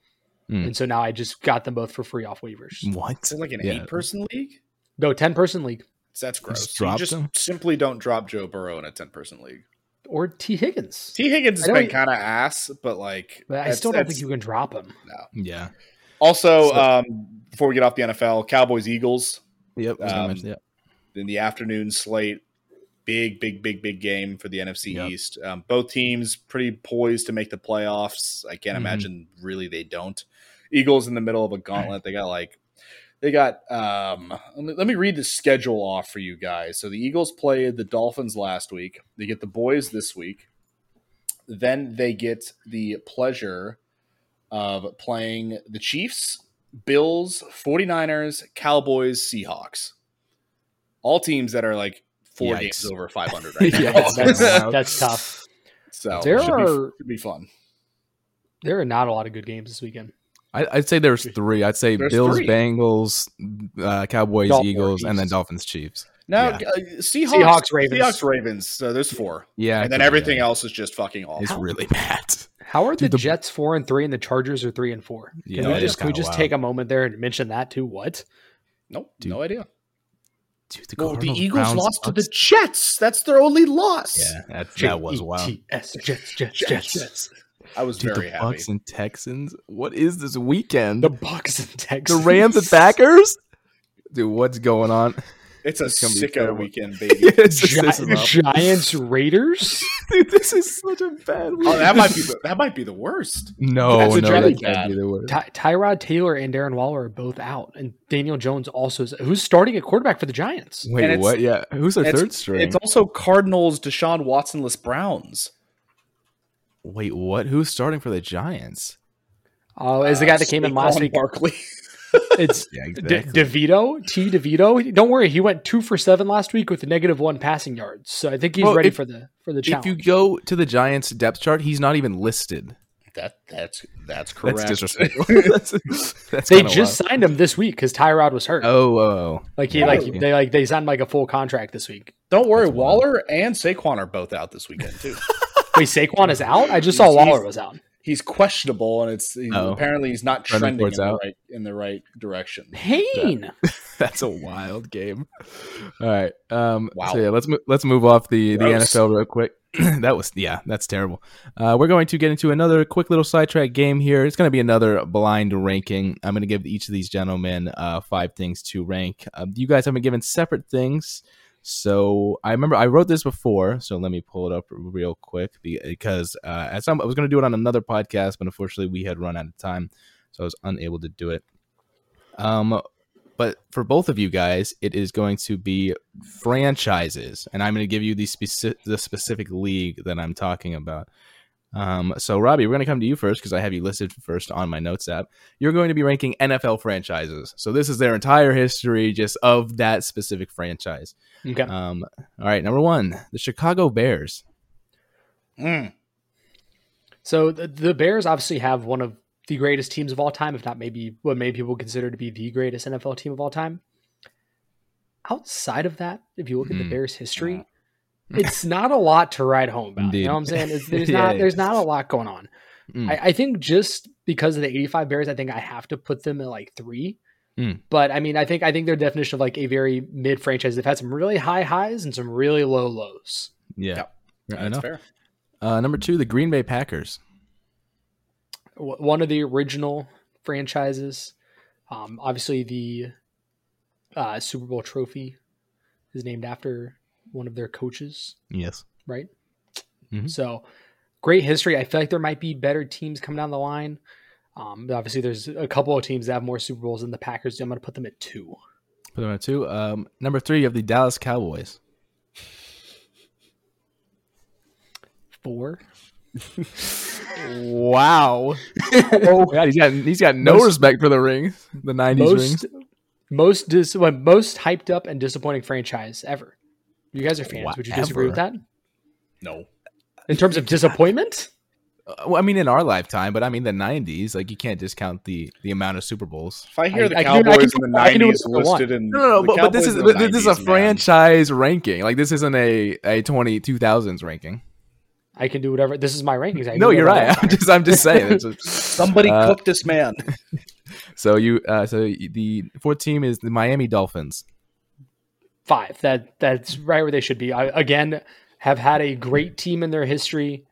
Mm. And so now I just got them both for free off waivers. what? Is it like an Yeah. eight person league? No, 10 person league That's gross. just You dropped just him? simply don't drop Joe Burrow in a ten person league. or T. Higgins. T Higgins I has know been you- kind of ass, but like but I that's- still don't that's- think you can drop <laughs> him. no. Yeah. Also, So- um, before we get off the NFL, Cowboys Eagles Yep. I was gonna Um, mention- yep. in the afternoon slate. Big, big, big, big game for the NFC Yep. East. Um, both teams pretty poised to make the playoffs. I can't Mhm. imagine really they don't. Eagles in the middle of a gauntlet. They got like they got. Um, let, me, let me read the schedule off for you guys. So the Eagles played the Dolphins last week. They get the boys this week. Then they get the pleasure of playing the Chiefs, Bills, 49ers, Cowboys, Seahawks. All teams that are like four Yikes. <laughs> games over 500 right now. Yeah, That's, Wow. <laughs> that's tough. so There should, be, are- should be fun. there are not a lot of good games this weekend. I, I'd say there's three. I'd say There's Bills, three. Bengals, uh, Cowboys, Dolphins, Eagles, and then Chiefs. Dolphins, Chiefs. Now, Yeah. uh, Seahawks, Seahawks, Ravens. Seahawks, Ravens. So there's four, Yeah, and then everything else is just fucking off. is really bad. How are Dude, the, the- Jets four and three and the Chargers are three and four? Can Yeah, we that is just can we kinda just wild. take a moment there and mention that too? What? Nope, Dude. no idea. Dude, the, Well, the Cardinals, Eagles Browns, lost to Bucks- the Jets. That's their only loss. Yeah, that, that was wild. J-E-T-S, E Jets, Jets, Jets. Jets, I was Dude, very the happy. Bucks and Texans. What is this <laughs> weekend? The The, Bucks and Texans. <laughs> Rams and Packers. Dude, what's going on? <laughs> It's a It's gonna be sicko terrible. weekend, baby. <laughs> It's just- this, Gi- is Giants Raiders. Dude, this is such a bad. Week. oh, that might be the, that might be the worst. no, That's a no, really that can't be the <laughs> worst. Ty- Tyrod Taylor and Darren Waller are both out, and Daniel Jones also is. Who's starting at quarterback for the Giants? And Wait, it's- what? Yeah, who's their it's- third string? It's also Cardinals Deshaun Watsonless Browns. Wait, what? Who's starting for the Giants? Oh, is the guy that came in last Saquon week? Barkley. <laughs> It's <laughs> Yeah, De- DeVito, T. DeVito. Don't worry, he went two for seven last week with negative one passing yards. So I think he's Well, ready if- for the for the if challenge. you go to the Giants depth chart, he's not even listed. That that's that's correct. That's disrespectful. <laughs> that's, that's they kinda just signed him this week because Tyrod was hurt. wild. Oh, oh, oh. like he like Oh. they like they signed like a full contract this week. Don't worry, That's wild. Waller and Saquon are both out this weekend <laughs> too. Wait, Saquon is out. I just saw He's- Waller he's- was out. he's questionable, and it's he- Oh. apparently he's not trending in Trending towards the, out. right, in the right direction. Pain. <laughs> that's a wild game. All right. Um, Wow. So yeah, let's mo- let's move off the the Gross. NFL real quick. <clears throat> that was yeah, that's terrible. Uh, we're going to get into another quick little sidetrack game here. It's going to be another blind ranking. I'm going to give each of these gentlemen uh, five things to rank. Um, you guys have been given separate things. So I remember I wrote this before, so let me pull it up real quick be- because uh, at some I was going to do it on another podcast, but unfortunately we had run out of time, so I was unable to do it. Um, but for both of you guys, it is going to be franchises, and I'm going to give you the specific the specific league that I'm talking about. Um, so Robbie, we're going to come to you first because I have you listed first on my notes app. You're going to be ranking NFL franchises. So this is their entire history, just of that specific franchise. Okay. Um, all right, number one, the Chicago Bears. Mm. So the, the Bears obviously have one of the greatest teams of all time, if not maybe what many people consider to be the greatest NFL team of all time. Outside of that, if you look at the Mhm. Bears' history, <laughs> it's not a lot to write home about. You Indeed. know what I'm saying? <laughs> It's, there's Yeah, not yeah. there's not a lot going on. Mm. I, I think just because of the 85 Bears, I think I have to put them at like three. Mm. But I mean, I think I think their definition of like a very mid franchise. They've had some really high highs and some really low lows. yeah, Fair That's enough. fair. Uh, number two, the Green Bay Packers. w- one of the original franchises. Um, obviously, the uh, Super Bowl trophy is named after one of their coaches. Yes. Mhm. So, great history. I feel like there might be better teams coming down the line. Um, but obviously, there's a couple of teams that have more Super Bowls than the Packers. do. I'm going to put them at two. Put them at two. Um, number three, you have the Dallas Cowboys. Four. Wow. <laughs> oh God, he's got he's got no Most- respect for the rings, the nineties rings. Most, most, dis- well, most hyped up and disappointing franchise ever. You guys are fans. Would you disagree with that? No, In terms of disappointment? Uh, Well, I mean, in our lifetime, but I mean the nineties. Like you can't discount the the amount of Super Bowls. if I hear I- the I can do- I Cowboys can do- in the I can do nineties whatever I want. listed in No, no, no the but, but Cowboys this is in the this is a 90s, man. franchise ranking. Like this isn't a a twenty two thousands ranking. I can do whatever. This is my rankings. I can No, do you're whatever I right. want. I'm just I'm just <laughs> saying. It's just- Somebody Uh, cook this man. so you uh, so the fourth team is the Miami Dolphins. five. That that's right where they should be. I, again, have had a great team in their history.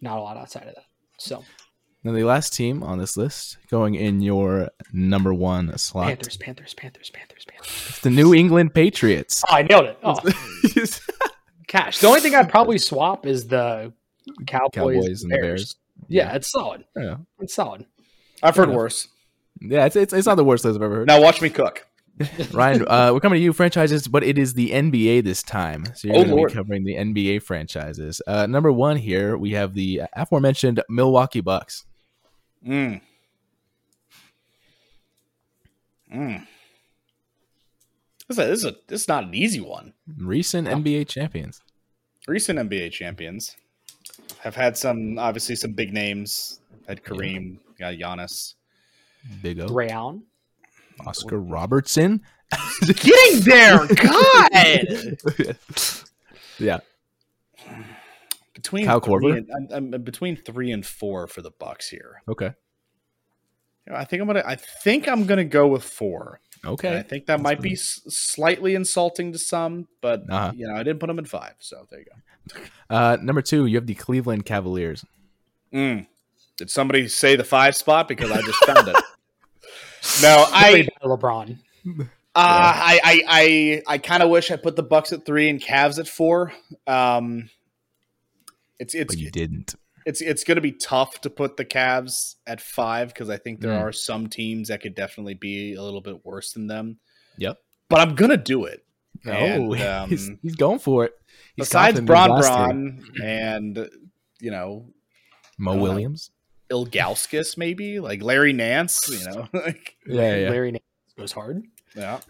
Not a lot outside of that. So Now the last team on this list going in your number one slot, Panthers, Panthers, Panthers, Panthers, Panthers. it's the New England Patriots. <laughs> Oh, I nailed it. Oh, cash. The only thing I'd probably swap is the Cowboys, Cowboys and the Bears. Yeah, it's solid. Yeah. It's solid. I've heard enough. worse. Yeah, it's, it's, it's not the worst list I've ever heard. Now watch me cook. Ryan, uh, we're coming to you franchises, but it is the NBA this time. So you're Oh, going to Lord. be covering the NBA franchises. Uh, number one here, we have the aforementioned Milwaukee Bucks. Mm. Mm. This is a, this is a this is not an easy one. Recent NBA champions. Recent NBA champions have had some obviously some big names Had Kareem, got Giannis. Big O. Rayon. Oscar Robertson. Getting <laughs> there. God. yeah. Between Kyle three Korver? and, I'm, I'm between three and four for the Bucks here. Okay. You know, I think I'm gonna. I think I'm gonna go with four. And I Okay. think that That's might be s- slightly insulting to some, but Uh-huh. you know, I didn't put them in five, so there you go. Uh, number two, you have the Cleveland Cavaliers. Mm. Did somebody say the five spot because I just found <laughs> it? No, I, LeBron. uh, I, I, I, I kind of wish I put the Bucks at three and Cavs at four. Um, it's it's But you didn't. it's it's going to be tough to put the Cavs at five because I think there Mm. are some teams that could definitely be a little bit worse than them. Yep. But I'm gonna do it. No. And, <laughs> he's, um, he's going for it. He's Besides confident in Bron his last three. Bron and you know Mo Uh, Williams. Ilgauskas, maybe like Larry Nance. You know, <laughs> like Yeah, yeah. Larry Nance goes hard. yeah,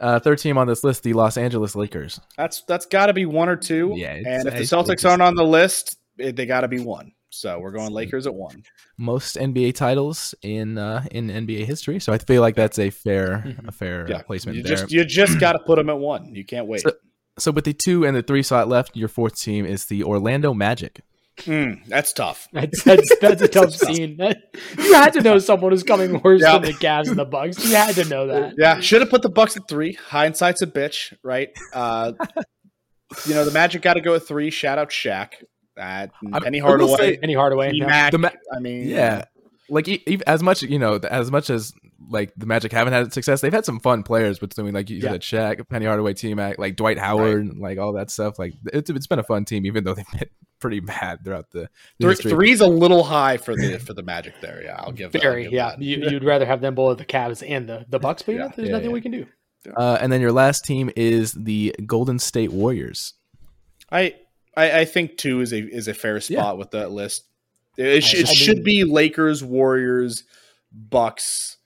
Uh, third team on this list, the Los Angeles Lakers. that's that's got to be one or two. Yeah, it's- and if the it's uh, Celtics Lakers. aren't on the list, it, they got to be one. So we're going Lakers at one. most NBA titles in uh, in NBA history. So I feel like that's a fair Mhm. a fair Mm-hmm. Yeah, placement you there. just you just <clears throat> got to put them at one. You can't wait. So- so with the two and the three slot left, your fourth team is the Orlando Magic. Mm, that's tough. That's that's, <laughs> that's a tough scene. That- you had to know someone was coming worse Yeah. than the Cavs and the Bucks. You had to know that. <laughs> Yeah, should have put the Bucks at three. Hindsight's a bitch, right? Uh, <laughs> you know the Magic got to go at three. Shout out Shaq. Uh, I Penny will Hardaway. say- Penny Hardaway. T no. Mac. The Ma- I mean, Yeah, like e- e- as much you know, th- as much as like the Magic haven't had success, they've had some fun players between like you Yeah. said, Shaq, Penny Hardaway, T Mac, like Dwight Howard, and like all that stuff. Like it's it's been a fun team, even though <laughs> they've been pretty bad throughout the, the Three, history. three's a little high for the for the Magic there. Yeah, I'll give. I'll Very, give yeah. that. You, you'd rather have them bowl at the Cavs and the, the Bucks, but you know, Yeah, there's yeah, nothing yeah. we can do. Uh, and then your last team is the Golden State Warriors. I, I I think two is a is a fair spot Yeah. with that list. It, sh- I it mean- should be Lakers, Warriors, Bucks,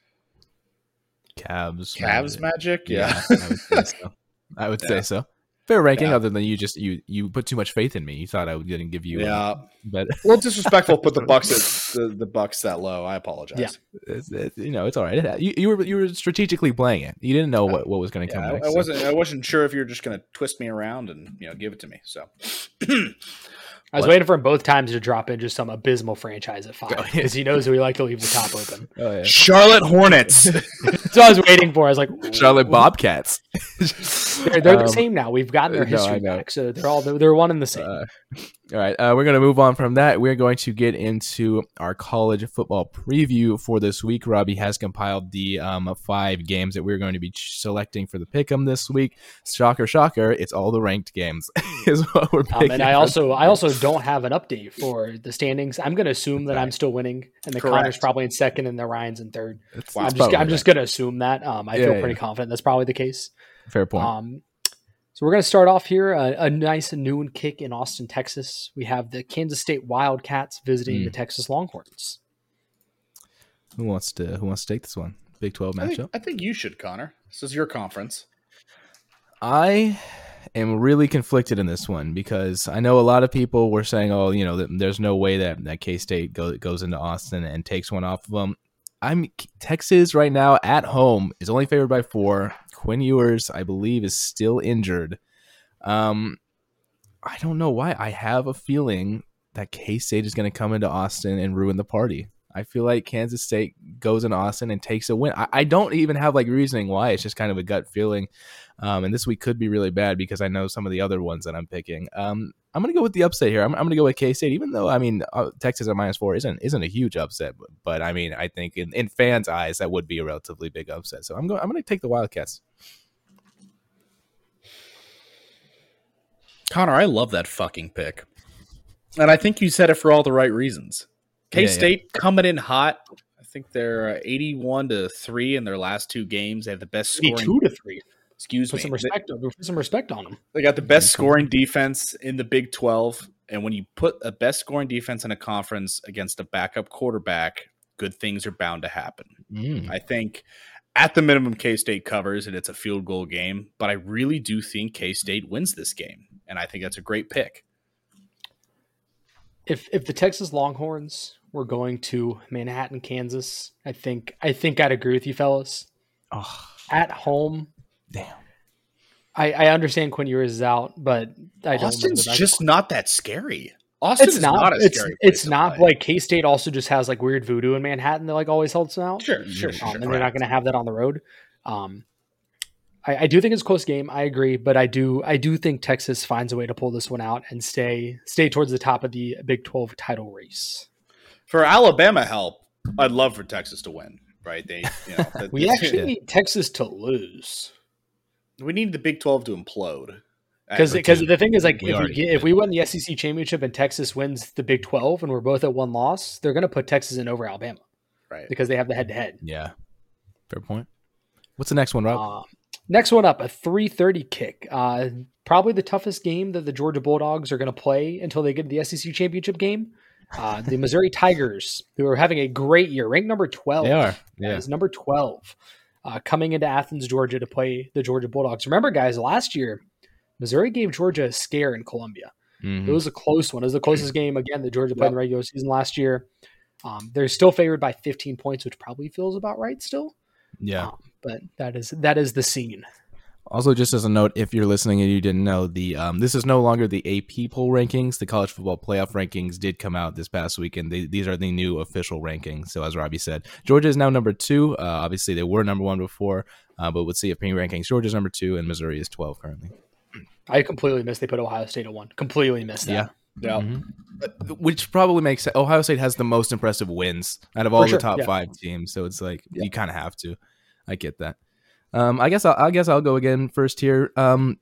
Cavs, Cavs, Magic. Yeah, I would <laughs> say so. I would say Yeah. so. Fair ranking, Yeah. other than you just you you put too much faith in me. You thought I would didn't give you, uh, yeah. but <laughs> Well, disrespectful. Put the Bucks at the, the Bucks that low. I apologize. Yeah. it's, it's, you know it's all right. It- you, you were you were strategically playing it. You didn't know what, what was going to Yeah, come I, next. I so- wasn't. I wasn't sure if you were just going to twist me around and you know give it to me. So I was What? waiting for him both times to drop in just some abysmal franchise at five Oh, because yeah. he knows we like to leave the top <laughs> open. Oh, yeah. <clears throat> <laughs> Charlotte Hornets. So I was waiting for. I was like, Charlotte <laughs> Bobcats. They're, they're the Um, same now. We've gotten their no, I history know. back, so they're all they're, they're one and the same. Uh, all right, uh, we're going to move on from that. We're going to get into our college football preview for this week. Robbie has compiled the um, five games that we're going to be ch- selecting for the pick'em this week. Shocker, shocker! It's all the ranked games <laughs> is what we're Um, picking. <laughs> and I for also I also don't have an update for the standings. I'm going to assume that I'm still winning, and the Correct. Connors probably in second, and the Ryan's in third. It's- Wow. it's I'm just probably I'm just going to assume that. Um, I Yeah, feel yeah. pretty confident that's probably the case. right. fair point. Um, so we're going to start off here uh, a, a nice noon kick in Austin, Texas. We have the Kansas State Wildcats visiting Mm. the Texas Longhorns. who wants to Who wants to take this one? Big Twelve I think, matchup. I think you should, Connor. This is your conference. I am really conflicted in this one because I know a lot of people were saying, "Oh, you know, that there's no way that that K State go, goes into Austin and takes one off of them." I'm Texas right now at home is only favored by four. Quinn Ewers, I believe, is still injured. Um, I don't know why. I have a feeling that K State is going to come into Austin and ruin the party. I feel like Kansas State goes into Austin and takes a win. I, I don't even have like reasoning why. It's just kind of a gut feeling. Um, and this week could be really bad because I know some of the other ones that I'm picking. Um, I'm going to go with the upset here. I'm, I'm going to go with K State, even though I mean uh, Texas at minus four isn't isn't a huge upset, but, but I mean I think in, in fans' eyes that would be a relatively big upset. So I'm going I'm going to take the Wildcats. Connor, I love that fucking pick. And I think you said it for all the right reasons. Yeah, K yeah. State coming in hot. I think they're uh, 81 to 3 in their last two games. They have the best Two scoring. to three. Excuse Put me. some respect on put some respect on them. They got the best scoring defense in the Big 12. And when you put a best scoring defense in a conference against a backup quarterback, good things are bound to happen. Mm. Hmm. I think at the minimum, K State covers and it's a field goal game, but I really do think K State wins this game. And I think that's a great pick. If if the Texas Longhorns We're going to Manhattan, Kansas. I think I think I'd agree with you, fellas. Oh, At home, damn. I, I understand Quinn Ewers is out, but I don't. Austin's remember that- just not that scary. Austin It's is not. not, a it's scary. place it's to not play. like K State also just has like weird voodoo in Manhattan that like always helps them out. sure, sure, um, sure. and they're not correct. going to have that on the road. Um, I, I do think it's a close game. I agree, but I do I do think Texas finds a way to pull this one out and stay stay towards the top of the Big Twelve title race. for Alabama help. I'd love for Texas to win. Right? They, you <laughs> know, that- We actually Yeah. need Texas to lose we need the Big Twelve to implode. because Or two. the thing is like if We we already get, if we win the SEC championship and Texas wins the Big Twelve and we're both at one loss, they're going to put Texas in over Alabama right. because they have the head to head. Yeah. Fair point. What's the next one, Rob? Uh, next one up, a 3:30 kick. Uh, probably the toughest game that the Georgia Bulldogs are going to play until they get to the SEC championship game. Uh, <laughs> the Missouri Tigers, who are having a great year, ranked number 12. they are. That Yeah. is number 12, uh, coming into Athens, Georgia to play the Georgia Bulldogs. Remember, guys, last year Missouri gave Georgia a scare in Columbia. It Mhm. was a close one. It was the closest game again that Georgia played in Yep. the regular season last year. Um, they're still favored by 15 points, which probably feels about right still. Yeah. Um, but that is that is the scene. Also, just as a note, if you're listening and you didn't know, the um, this is no longer the AP poll rankings. The college football playoff rankings did come out this past week, and they, these are the new official rankings. So, as Robbie said, Georgia is now number two. Uh, obviously, they were number one before, uh, but with CFP rankings, Georgia's number two, and Missouri is 12 currently. I completely missed they put Ohio State at one. Completely missed that. Yeah. Yeah. But- Which probably makes sense. Ohio State has the most impressive wins out of all sure, the top yeah. five teams, so it's like you kind of have to. I get that. Um, I guess I'll, I guess I'll go again first here. Um,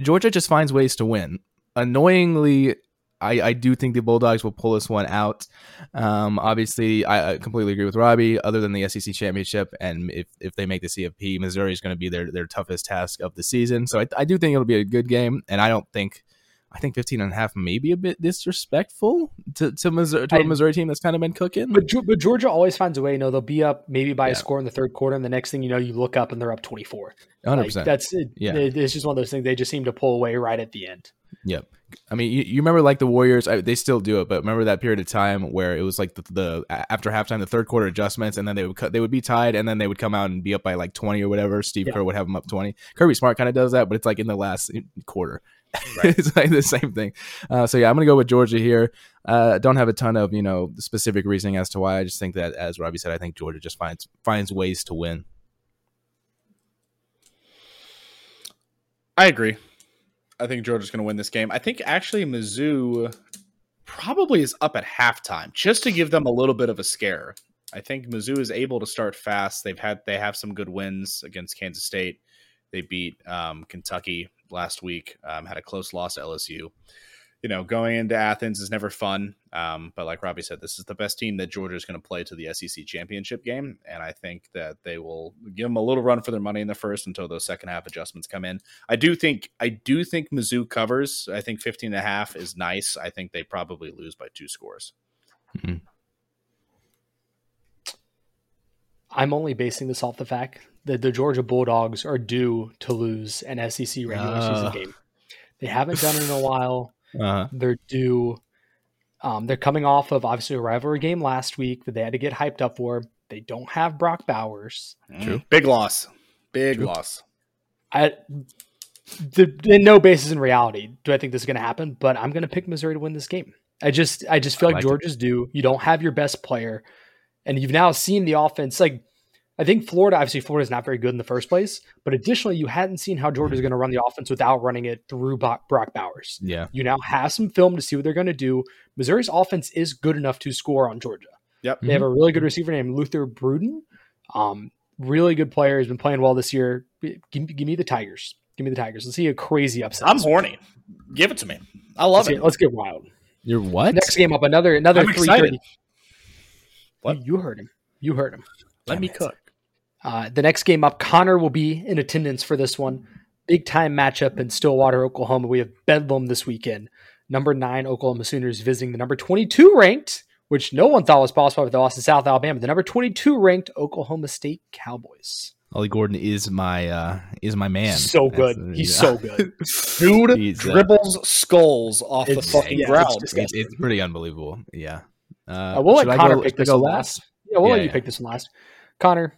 Georgia just finds ways to win. Annoyingly, I, I do think the Bulldogs will pull this one out. Um, obviously, I, I completely agree with Robbie. Other than the SEC championship, and if, if they make the CFP, Missouri is going to be their their toughest task of the season. So I, I do think it'll be a good game, and I don't think. I think 15 and a half may be a bit disrespectful to, to, Missouri, to a I- Missouri team that's kind of been cooking. But, Ge- but Georgia always finds a way. You know, they'll be up maybe by Yeah. a score in the third quarter, and the next thing you know, you look up and they're up twenty four. 100%. that's it, Yeah. it- It's just one of those things. They just seem to pull away right at the end. I mean, you, you remember like the Warriors, I, they still do it, but remember that period of time where it was like the, the a- after halftime, the third quarter adjustments, and then they would cut, they would be tied, and then they would come out and be up by like twenty or whatever. Steve Yeah. Kerr would have them up twenty. Kirby Smart kind of does that, but it's like in the last eh, quarter. <laughs> it's like the same thing. Uh, so yeah, I'm gonna go with Georgia here. Uh, don't have a ton of you know specific reasoning as to why. I just think that, as Robbie said, I think Georgia just finds finds ways to win. I agree. I think Georgia's going to win this game. I think actually Mizzou probably is up at halftime just to give them a little bit of a scare. I think Mizzou is able to start fast. They've had they have some good wins against Kansas State. They beat um, Kentucky last week. Um, had a close loss to LSU. You know, going into Athens is never fun. Um, but like Robbie said, this is the best team that Georgia is going to play to the SEC championship game, and I think that they will give them a little run for their money in the first until those second half adjustments come in. I do think I do think Mizzou covers. I think 15 and a half is nice. I think they probably lose by two scores. I'm only basing this off the fact that the Georgia Bulldogs are due to lose an SEC regular Ah. season game. They haven't done it in a while. Uh-huh. They're due. Um, they're coming off of obviously a rivalry game last week that they had to get hyped up for. They don't have Brock Bowers. True. Big loss. Big True. loss. I the in no basis in reality do I think this is going to happen, but I'm going to pick Missouri to win this game. I just I just feel I like, like it. Georgia's due. You don't have your best player, and you've now seen the offense. Like I think Florida, obviously Florida's not very good in the first place, but additionally you hadn't seen how Mm-hmm. Georgia's going to run the offense without running it through Bo- Brock Bowers. Yeah. You now have some film to see what they're going to do. Missouri's offense is good enough to score on Georgia. Yep. They have a really good receiver named Luther Bruden. Um, really good player. He's been playing well this year. Give, give me the Tigers. Give me the Tigers. Let's see a crazy upset. I'm Let's horny. Give it to me. I love get- it. Let's get wild. You're what? Next game up, another another I'm three excited. thirty. What? You heard him. You heard him. Let Damn me it. cook. Uh, the next game up, Connor will be in attendance for this one. Big time matchup in Stillwater, Oklahoma. We have Bedlam this weekend. Number nine Oklahoma Sooners visiting the number 22 ranked, which no one thought was possible with the loss to South Alabama. The number 22 ranked Oklahoma State Cowboys. Ollie Gordon is my uh is my man. so That's- good. He's yeah. <laughs> so good. Dude He's, uh, dribbles skulls off the It's- fucking yeah, it's ground. just- It's, it's pretty unbelievable. Yeah. Uh, Uh, we'll should let I Connor go- pick should I this go one last. Yeah, we'll Yeah, let you yeah. pick this one last. Connor,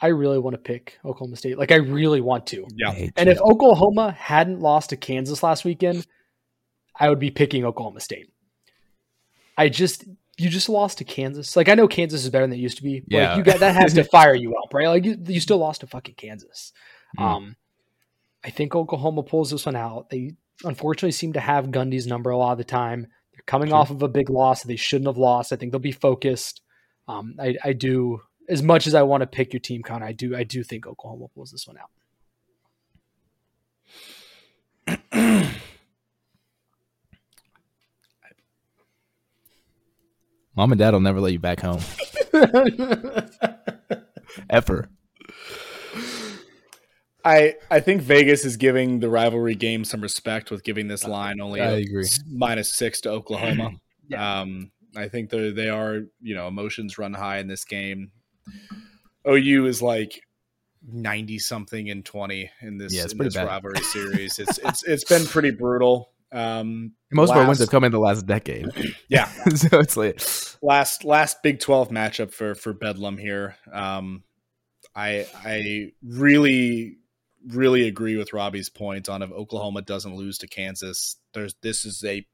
I really want to pick Oklahoma State. Like I really want to. Yeah. Hey, And if Oklahoma hadn't lost to Kansas last weekend, I would be picking Oklahoma State. I just you just lost to Kansas. Like I know Kansas is better than it used to be. But Yeah. Like you got that has to fire you up, right? Like you, you still lost to fucking Kansas. Mm. Um I think Oklahoma pulls this one out. They unfortunately seem to have Gundy's number a lot of the time. They're coming off of a big loss that they shouldn't have lost. I think they'll be focused. Um I, I do as much as I want to pick your team, Connor, I do I do think Oklahoma pulls this one out. Mom and Dad will never let you back home. Ever. I I think Vegas is giving the rivalry game some respect with giving this line only I a agree. s- minus six to Oklahoma. Yeah. Um, I think they they are you know emotions run high in this game. OU is like ninety something and twenty in this, Yeah, it's in pretty this bad. rivalry series. <laughs> It's it's it's been pretty brutal. Um, Most of our last- wins have come in the <laughs> last decade. Yeah. <laughs> so it's like last last Big Twelve matchup for for Bedlam here. Um, I I really really agree with Robbie's point on if Oklahoma doesn't lose to Kansas, there's this is a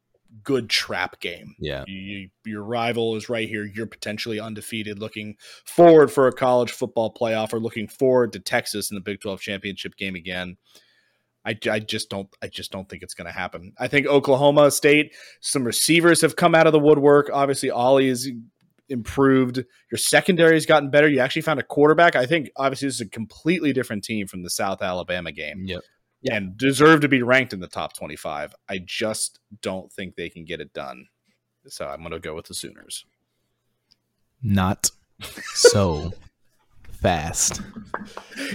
good trap game. Yeah. You, you- your rival is right here. You're potentially undefeated, looking forward for a college football playoff, or looking forward to Texas in the Big Twelve championship game again. I, ju- I just don't I just don't think it's going to happen. I think Oklahoma State some receivers have come out of the woodwork. Obviously, Ollie is improved. Your secondary has gotten better. You actually found a quarterback. I think obviously this is a completely different team from the South Alabama game Yep. and deserve to be ranked in the top 25. I just don't think they can get it done. So I'm going to go with the Sooners. Not <laughs> so fast.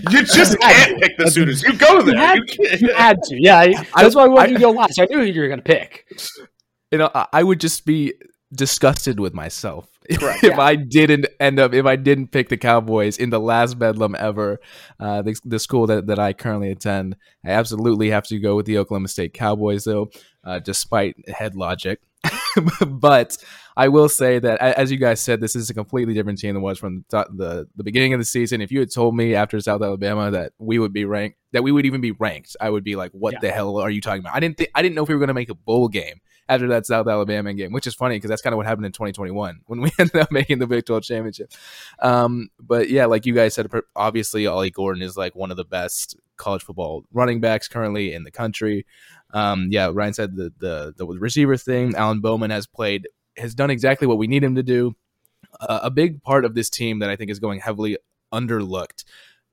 You just can't pick the Sooners. You go there. You can't. You had to, yeah. I- <laughs> I- that's why I wanted I- you to go last. I knew who you were going to pick. You know, I, I would just be disgusted with myself <laughs> Correct. if Yeah. I didn't end up if I didn't pick the Cowboys in the last bedlam ever. Uh, the, the school that, that I currently attend, I absolutely have to go with the Oklahoma State Cowboys, though, uh, despite head logic. <laughs> but I will say that, a- as you guys said, this is a completely different team than was from the, the the beginning of the season. If you had told me after South Alabama that we would be ranked, that we would even be ranked, I would be like, "What Yeah. the hell are you talking about?" I didn't think I didn't know if we were going to make a bowl game after that South Alabama game, which is funny because that's kind of what happened in 2021 when we <laughs> ended up making the Big 12 championship. Um, but yeah, like you guys said, per- obviously Ollie Gordon is like one of the best college football running backs currently in the country. Um, yeah, Ryan said the, the the receiver thing. Alan Bowman has played has done exactly what we need him to do. Uh, a big part of this team that I think is going heavily underlooked.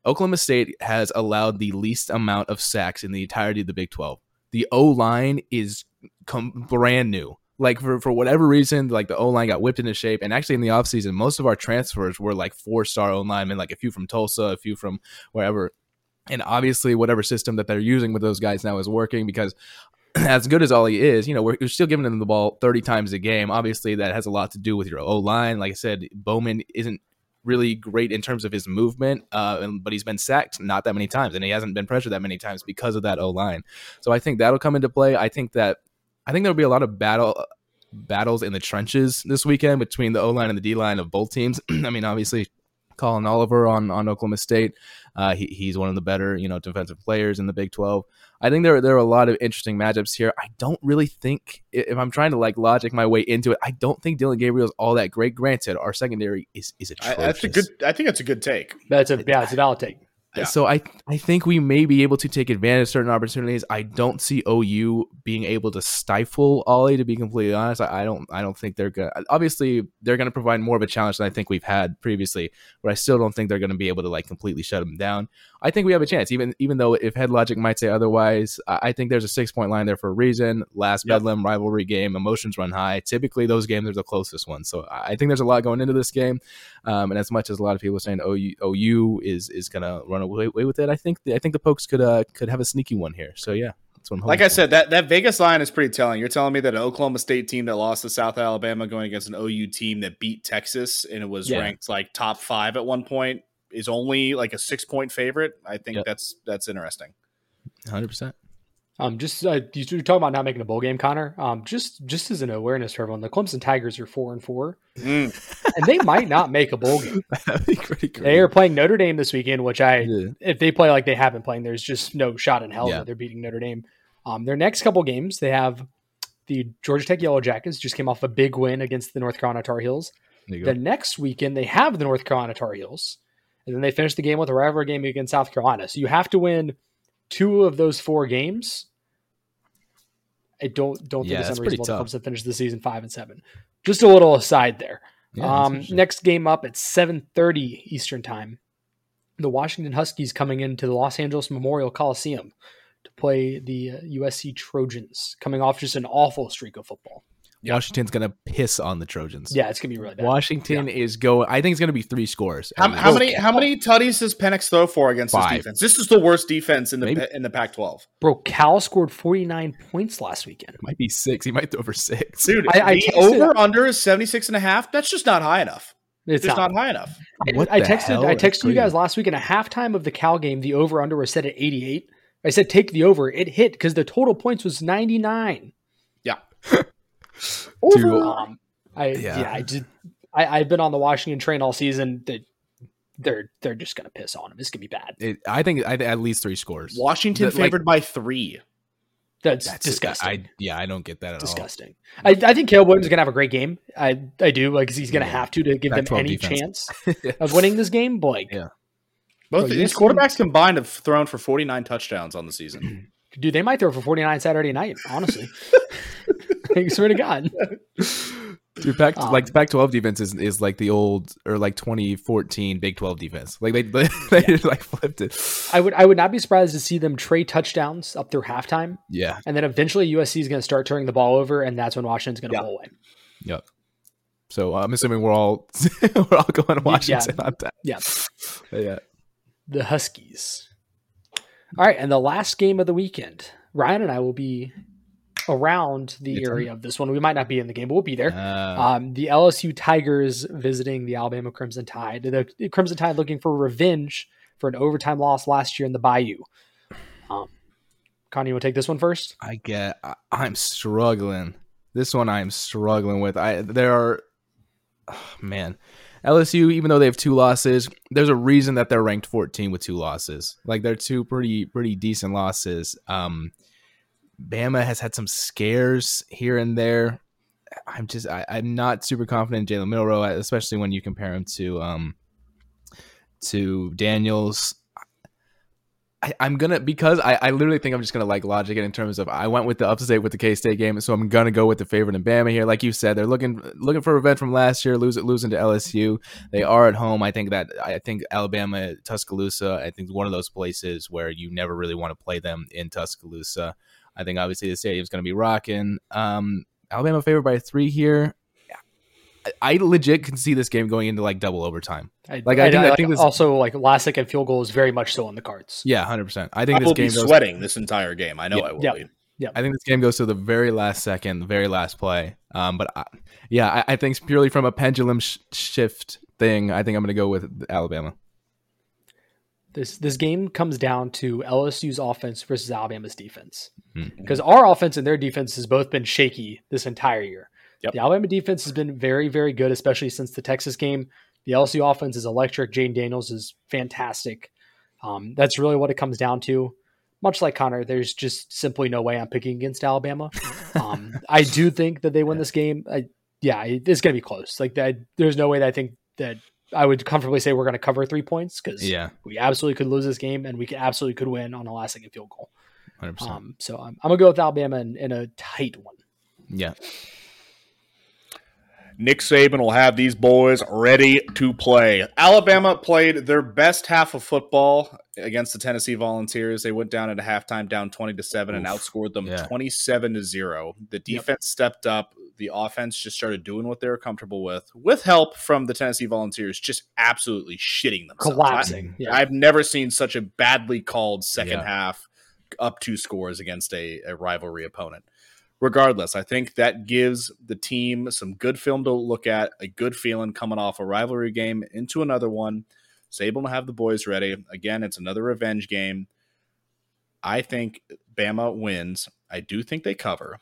Oklahoma State has allowed the least amount of sacks in the entirety of the Big 12. The O line is com- brand new. Like for, for whatever reason, like the O line got whipped into shape. And actually, in the offseason, most of our transfers were like four star O linemen, like a few from Tulsa, a few from wherever. And obviously, whatever system that they're using with those guys now is working because <clears throat> as good as Ollie is, you know, we're, we're still giving him the ball 30 times a game. Obviously, that has a lot to do with your O line. Like I said, Bowman isn't really great in terms of his movement, uh, and, but he's been sacked not that many times, and he hasn't been pressured that many times because of that O line. So I think that'll come into play. I think that I think there'll be a lot of battle battles in the trenches this weekend between the O line and the D line of both teams. <clears throat> I mean, obviously, Colin Oliver on on Oklahoma State, uh, he, he's one of the better you know defensive players in the Big Twelve. I think there there are a lot of interesting matchups here. I don't really think i- if I'm trying to like logic my way into it, I don't think Dylan Gabriel's all that great. Granted, our secondary is is <laughs> I, atrocious. that's a good. I think that's a good take. That's a yeah, it's a valid take. Yeah. So I I think we may be able to take advantage of certain opportunities. I don't see OU being able to stifle Ollie. To be completely honest, I, I don't I don't think they're gonna. Obviously, they're gonna provide more of a challenge than I think we've had previously. But I still don't think they're gonna be able to like completely shut them down. I think we have a chance, even even though if head logic might say otherwise. I, I think there's a six point line there for a reason. Last Yep. bedlam rivalry game, emotions run high. Typically, those games are the closest ones. So I I think there's a lot going into this game. Um, and as much as a lot of people are saying OU, OU is is gonna run away, away with it, I think the, I think the Pokes could uh, could have a sneaky one here. So yeah, that's what I'm hoping Like I for. said, that that Vegas line is pretty telling. You're telling me that an Oklahoma State team that lost to South Alabama going against an OU team that beat Texas and it was Yeah. ranked like top five at one point is only like a six point favorite. I think Yep. that's that's interesting. <laughs> 100. percent Um, just uh, you you're talking about not making a bowl game, Connor. Um, just just as an awareness for everyone, the Clemson Tigers are four and four, Mm. and they might not make a bowl <laughs> game. That'd be pretty great. They are playing Notre Dame this weekend, which I, Yeah. if they play like they have been playing, there's just no shot in hell Yeah. that they're beating Notre Dame. Um, their next couple games, they have the Georgia Tech Yellow Jackets, just came off a big win against the North Carolina Tar Heels. There you go. The next weekend, they have the North Carolina Tar Heels, and then they finish the game with a rivalry game against South Carolina. So you have to win two of those four games. I don't don't think Yeah, it's that's pretty unreasonable to tough. Clemson finish the season five and seven. Just a little aside there. Yeah, that's Um, interesting. next game up at 7:30 Eastern Time. The Washington Huskies coming into the Los Angeles Memorial Coliseum to play the uh, USC Trojans, coming off just an awful streak of football. Yeah. Washington's gonna piss on the Trojans. Yeah, it's gonna be really bad. Washington is going. I think it's gonna be three scores. How, at how least. many how many tutties does Penix throw for against Five. this defense? This is the worst defense in the Maybe. in the Pac-12. Bro, Cal scored 49 points last weekend. Might be six. He might throw for six. Dude, I- I the texted- over under is 76 and a half. That's just not high enough. It's It's just not. not high enough. I- What I, the texted hell? I That's texted you guys crazy. last week and at halftime of the Cal game, the over under was set at 88. I said take the over. It hit because the total points was 99. Yeah. over. Dude. Um, I yeah. Yeah. I did. I, I've been on the Washington train all season. That they're they're just gonna piss on him. It's gonna be bad. It, I think I, think at least three scores. Washington That, like- favored by three. That's, That's disgusting. I, yeah, I don't get that at disgusting. I, I think Caleb Williams is gonna have a great game. I I do like 'cause he's gonna Yeah. have to to give them Pac-12 any defense. <laughs> chance of winning this game. But like, Yeah. Bro, Both you these just couldn't- quarterbacks combined have thrown for 49 touchdowns on the season. dude, they might throw for forty nine Saturday night. Honestly, <laughs> I swear to God. all. Dude, Pac, Um, like Pac twelve defense is, is like the old or like twenty fourteen Big Twelve defense. Like they <laughs> they, they just like flipped it. I would I would not be surprised to see them trade touchdowns up through halftime, yeah, and then eventually USC is going to start turning the ball over, and that's when Washington's going to Yeah. pull away. Yep. So I'm assuming we're all <laughs> we're all going to Washington on that. Yeah. But yeah. The Huskies. All right, and the last game of the weekend, Ryan and I will be around the Good time. area of this one. We might not be in the game, but we'll be there. Uh, Um, the LSU Tigers visiting the Alabama Crimson Tide. The Crimson Tide looking for revenge for an overtime loss last year in the Bayou. Um, Connie, you want to take this one first? I get. I, I'm struggling. This one I'm struggling with. I there are, oh, man, LSU. Even though they have two losses, there's a reason that they're ranked 14 with two losses. Like they're two pretty pretty decent losses. Um, Bama has had some scares here and there. I'm just I, I'm not super confident in Jalen Milrow, especially when you compare him to um to Daniels. I, I'm gonna because I, I literally think I'm just gonna like logic it in terms of I went with the upstate with the K State game, so I'm gonna go with the favorite in Bama here. Like you said, they're looking looking for revenge from last year, lose losing to LSU. They are at home. I think that I think Alabama, Tuscaloosa, I think is one of those places where you never really want to play them in Tuscaloosa. I think obviously the stadium's gonna be rocking. Um, Alabama favored by three here. I, I legit can see this game going into like double overtime. I, Like, I think- I think this- also like last second field goal is very much so on the cards. Yeah, hundred percent. I I, think will this be game goes. sweating this entire game. I know Yeah. I will Yeah. be. I think this game goes to the very last second, the very last play. Um, but I, yeah, I, I think purely from a pendulum sh- shift thing, I think I'm going to go with Alabama. This this game comes down to LSU's offense versus Alabama's defense. Hmm. Because our offense and their defense has both been shaky this entire year. Yep. The Alabama defense has been very, very good, especially since the Texas game. The LSU offense is electric. Jane Daniels is fantastic. Um, that's really what it comes down to. Much like Connor, there's just simply no way I'm picking against Alabama. Um, I do think that they win this game. I, yeah, it- it's going to be close. Like that, there's no way that I think that I would comfortably say we're going to cover three points because Yeah, we absolutely could lose this game and we could, absolutely could win on a last second field goal. hundred percent. Um, so I'm, I'm gonna go with Alabama in, in a tight one. Yeah, Nick Saban will have these boys ready to play. Alabama played their best half of football against the Tennessee Volunteers. They went down at halftime down 20 to 7 and Oof. outscored them Yeah. 27 to 0. The defense stepped up, the offense just started doing what they were comfortable with with help from the Tennessee Volunteers just absolutely shitting themselves. Collapsing. I, Yeah. have never seen such a badly called second Yeah. half up two scores against a, a rivalry opponent regardless, I think that gives the team some good film to look at, a good feeling coming off a rivalry game into another one. Saban will have the boys ready. Again, it's another revenge game. I think Bama wins. I do think they cover,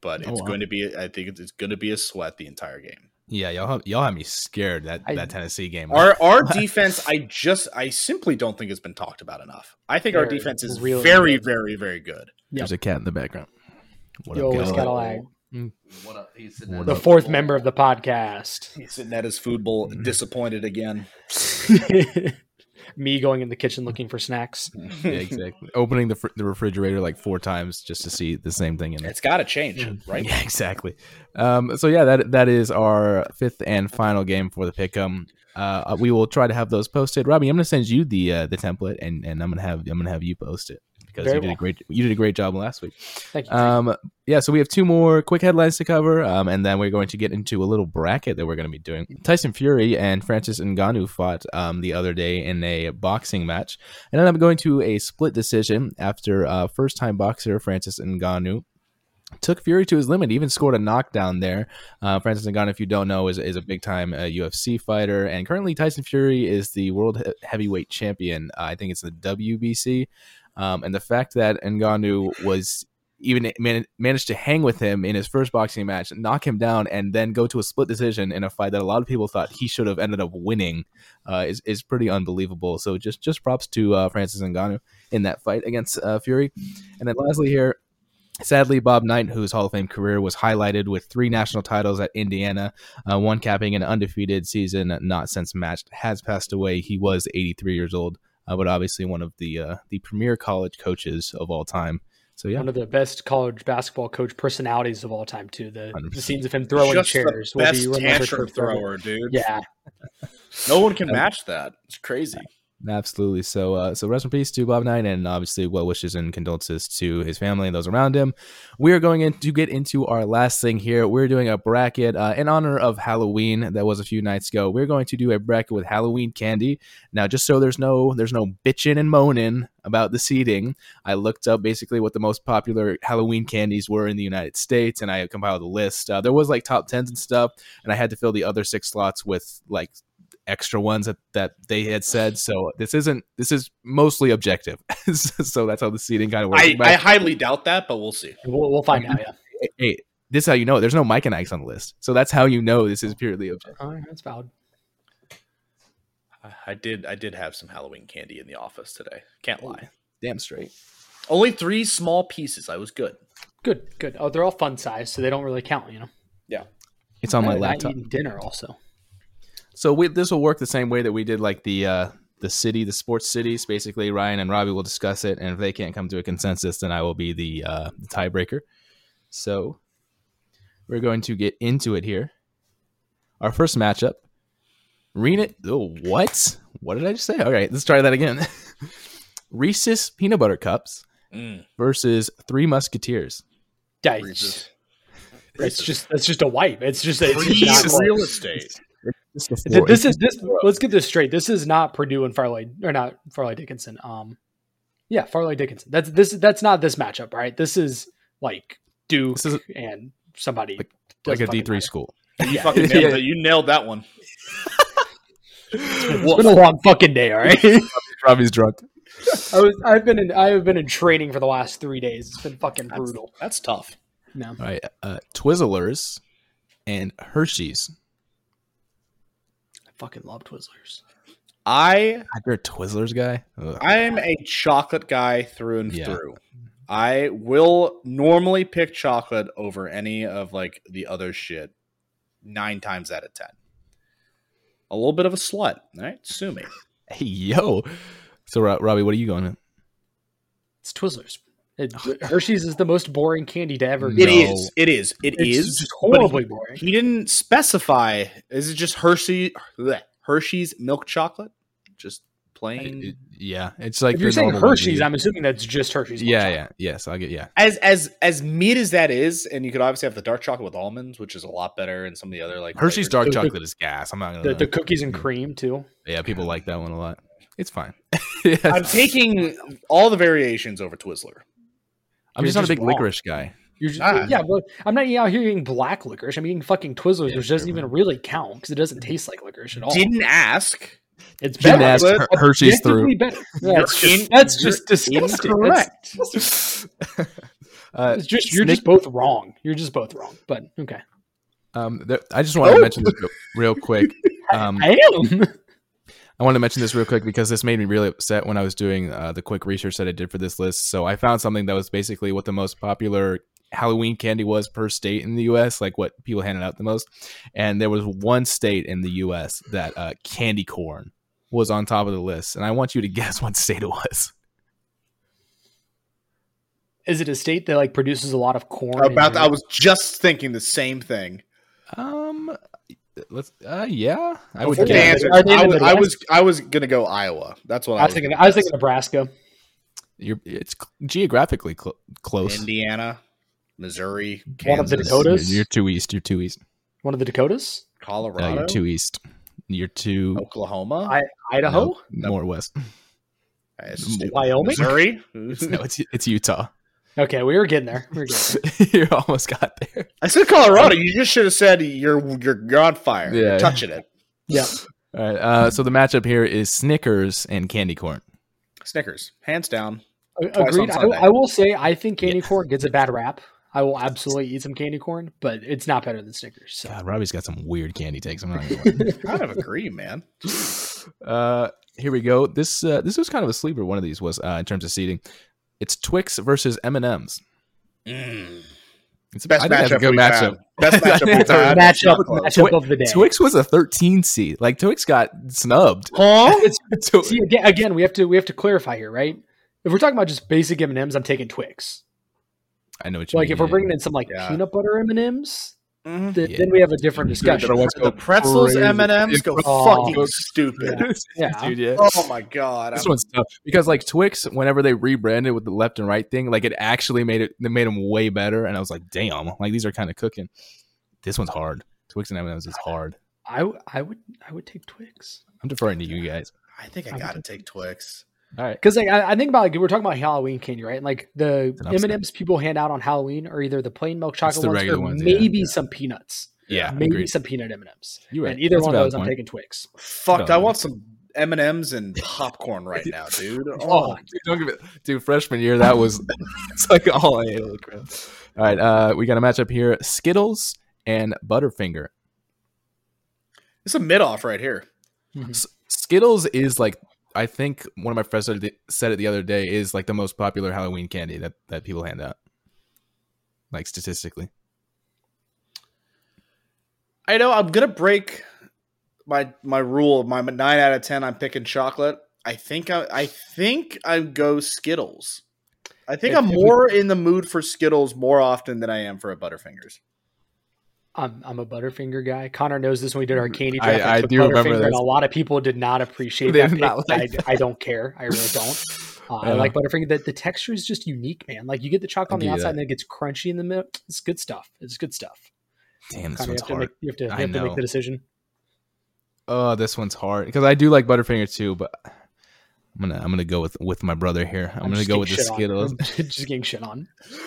but it's Oh, wow. going to be. I think it's, it's going to be a sweat the entire game. Yeah, y'all have, y'all have me scared that I- that Tennessee game. Our <laughs> our defense, I just, I simply don't think has been talked about enough. I think our They're defense is really very, very, very good. There's a cat in the background. What You up, always guys? got to lag. What up? He's <laughs> What The fourth member of the podcast. <laughs> He's sitting at his food bowl, disappointed again. Me going in the kitchen looking for snacks. yeah, exactly. Opening the fr- the refrigerator like four times just to see the same thing in it. It's got to change, right? Yeah, <laughs> exactly. Um, so yeah, that that is our fifth and final game for the pick'em. Uh, we will try to have those posted. Robbie, I'm going to send you the uh, the template, and, and I'm going to have I'm going to have you post it because Very you did well. a great you did a great job last week. Thank you. Um, yeah, so we have two more quick headlines to cover, um, and then we're going to get into a little bracket that we're going to be doing. Tyson Fury and Francis Ngannou fought um, the other day in a boxing match, and ended up going to a split decision after uh, first-time boxer Francis Ngannou took Fury to his limit, even scored a knockdown there. Uh, Francis Ngannou, if you don't know, is, is a big time uh, UFC fighter, and currently Tyson Fury is the world he- heavyweight champion. Uh, I think it's the WBC. Um, and the fact that Ngannou was even man- managed to hang with him in his first boxing match, knock him down, and then go to a split decision in a fight that a lot of people thought he should have ended up winning uh, is is pretty unbelievable. So just just props to uh, Francis Ngannou in that fight against uh, Fury. And then lastly here, Sadly, Bob Knight, whose Hall of Fame career was highlighted with three national titles at Indiana, uh, one capping an undefeated season not since matched, has passed away. He was 83 years old, uh, but obviously one of the uh, the premier college coaches of all time. So yeah, One of the best college basketball coach personalities of all time, too. The, the 100%. scenes of him throwing Just chairs the best remembered tantrum for forever. thrower, dude. Yeah, No one can match that. It's crazy. absolutely. So uh, so rest in peace to Bob Knight, and obviously well wishes and condolences to his family and those around him. We are going in to get into our last thing here. We're doing a bracket uh, in honor of Halloween that was a few nights ago. We're going to do a bracket with Halloween candy. Now, just so there's no there's no bitching and moaning about the seating, I looked up basically what the most popular Halloween candies were in the United States, and I compiled a list. Uh, there was like top tens and stuff, and I had to fill the other six slots with like extra ones that, that they had said so this isn't this is mostly objective <laughs> so that's how the seating kind of works I, But- I highly doubt that, but we'll see. we'll, we'll Mm-hmm. find out. Yeah, hey, this is how you know it. There's no Mike and Ike's on the list. So that's how you know this is purely objective. all right, that's valid. I- I did. I did have some Halloween candy in the office today. Can't lie. Damn straight. Only three small pieces. I was good. Good, good. Oh, they're all fun size, so they don't really count. You know, It's on my And I laptop. eaten dinner also. So we, this will work the same way that we did like the uh, the city, the sports cities. Basically, Ryan and Robbie will discuss it, and if they can't come to a consensus, then I will be the, uh, the tiebreaker. So we're going to get into it here. Our first matchup. Rena, oh, what? What did I just say? All right, let's try that again. <laughs> Reese's peanut butter cups Mm. versus Three Musketeers. Yeah, Reese's. it's, it's just it's just a wipe. It's just it's just not Reese's close. real estate. Th- This is this. Let's get this straight. This is not Purdue and Farley or not Farley Dickinson. Um, yeah, Farley Dickinson. That's this. That's not this matchup, right? This is like Duke This is- and somebody like Doesn't a fucking D three matter. school. You fucking <laughs> nailed it. You nailed that one. It's been a long fucking day, all <laughs> right. Robbie's drunk. I was. I've been in. I have been in training for the last three days. It's been fucking That's, brutal. that's tough. No. All right, uh, Twizzlers and Hershey's. I fucking love Twizzlers. I You're a Twizzlers guy. Ugh. I'm a chocolate guy through and Yeah. through. I will normally pick chocolate over any of like the other shit nine times out of ten. A little bit of a slut, all right? Sue me. Hey yo, so Ro- Robbie, what are you going to? It's Twizzlers. It- Hershey's is the most boring candy to ever. It It get. is. No. It is. It It's is just but he- horribly boring. He, didn't specify. Is it just Hershey bleh, Hershey's milk chocolate? Just plain. Yeah, it's like If you're the saying normal ones Hershey's, you- I'm assuming that's just Hershey's. milk yeah, chocolate. yeah, yes, I'll get yeah. As as as meat as that is, and you could obviously have the dark chocolate with almonds, which is a lot better, and some of the other like Hershey's flavors. dark The- the- chocolate is gas. I'm not gonna. The, the cookies and cream too. yeah, people like that one a lot. It's fine. <laughs> Yes. <laughs> I'm I'm, taking all the variations over Twizzler. you're just not a just big wrong. licorice guy. You're just, Ah. yeah, but I'm not out here eating black licorice. I'm eating fucking Twizzlers, Yeah, which doesn't sure. Oh. even really count because it doesn't taste like licorice at all. Didn't ask. It's better. Gymnast Let's- Her- Hershey's through. Objectively better. That's You're just, in- that's you're just disgusting. That's- incorrect. <laughs> <laughs> uh, It's just you're just both wrong. You're just both wrong. But okay, um, there, I just wanted Oh. to mention this real- <laughs> real quick. Um, I am. I wanted to mention this real quick because this made me really upset when I was doing uh, the quick research that I did for this list. So I found something that was basically what the most popular Halloween candy was per state in the U.S., like what people handed out the most. And there was one state in the U.S. that uh, candy corn was on top of the list. And I want you to <laughs> guess what state it was. <laughs> Is it a state that like produces a lot of corn? and About, I grain? was just thinking the same thing. Um, let's. Uh, yeah, I Before would the Yeah. guess. answer, Are they in I, the was, I Midwest? was I was gonna go Iowa. That's what I, I was thinking. I was thinking Nebraska. You're, it's cl- geographically cl- close. Indiana, Missouri, One of the Kansas, Dakota- Dakotas? You're, you're too east. You're too east. One of the Dakotas, No, Colorado, Oh, you're too east. You're too Oklahoma, I- Idaho. no, more west. <laughs> Hey, it's stupid. Wyoming? Missouri. No, it's it's Utah. Okay, we were getting there. We were getting <laughs> you almost got there. <laughs> I said Colorado. You just should have said you're you're, you're on fire. Yeah. You're touching it. there. All right. Uh, so the matchup here is Snickers and candy corn. Snickers, hands down. Yeah, Twice on agreed. I, Sunday. I will say I think candy corn gets a bad rap. I will absolutely eat some candy corn, but it's not better than Snickers. <laughs> So God, Robbie's got some weird candy takes. I'm not. Gonna lie. Kind of <laughs> agree, man. <laughs> uh, here we go. This uh, this was kind of a sleeper. One of these was uh, in terms of seating. It's Twix versus M and M's. Mm. It's Best I think that's matchup. we've had. Best <laughs> I think matchup. we've it's our had. It's matchup, not close. matchup of the day. Twix was a 13 seed. Like Twix got snubbed. Huh? It's- <laughs> So- see again, again, we have to we have to clarify here, right? If we're talking about just basic M and M's, I'm taking Twix. I know what you Like mean. if we're bringing in some like Yeah. peanut butter M and M's, Mhm. th- Yeah. then we have a different discussion. Everyone's The go pretzels crazy. M and M's go Oh. fucking stupid. Yeah. <laughs> Dude, yeah. Oh my god! This I'm- one's tough because like Twix, whenever they rebranded with the left and right thing, like it actually made it they made them way better. And I was like, damn, like these are kind of cooking. This one's hard. Twix and M&M's is hard. I w- I would I would take Twix I'm deferring to you guys. I think I I'm gotta take Twix. All right, because like I, I think about like we're talking about Halloween candy, right? Like the M an upset. and M's people hand out on Halloween are either the plain milk chocolate the ones or regular ones, yeah. maybe some peanuts, yeah, maybe agreed. some peanut M and M's. You right. And either That's a one of valid those, I'm point. taking Twix. Fuck! No. I want some M and M's and popcorn right now, <laughs> dude. Oh, Oh, dude, don't give it, dude, freshman year that was <laughs> it's like all I ate. Holy crap. All right, uh, we got a matchup here: Skittles and Butterfinger. it's a mid off right here. S- Skittles is like I think one of my friends said it- said it the other day is like the most popular Halloween candy that that people hand out. Like statistically, I know I'm gonna break my my rule. My nine out of ten. I'm picking chocolate. I think I I think I go Skittles. I think If- I'm if we- more in the mood for Skittles more often than I am for a Butterfingers. I'm I'm a Butterfinger guy. Connor knows this when we did our candy Mm, I- draft. I took do remember and this. a lot of people did not appreciate They that. did Pick. not like I, I don't care. I really <laughs> don't. Uh, I Uh, like Butterfinger. The, the texture is just unique, man. Like you get the chocolate I'll on the give you outside that. and then it gets crunchy in the middle. It's good stuff. It's good stuff. damn, this Connor, you one's have to make hard. you have to, you I have to know. make the decision. Oh, this one's hard because I do like Butterfinger too, but I'm gonna I'm gonna go with with my brother here. I'm, gonna just go with getting the shit on. Skittles. I'm <laughs> just getting shit on.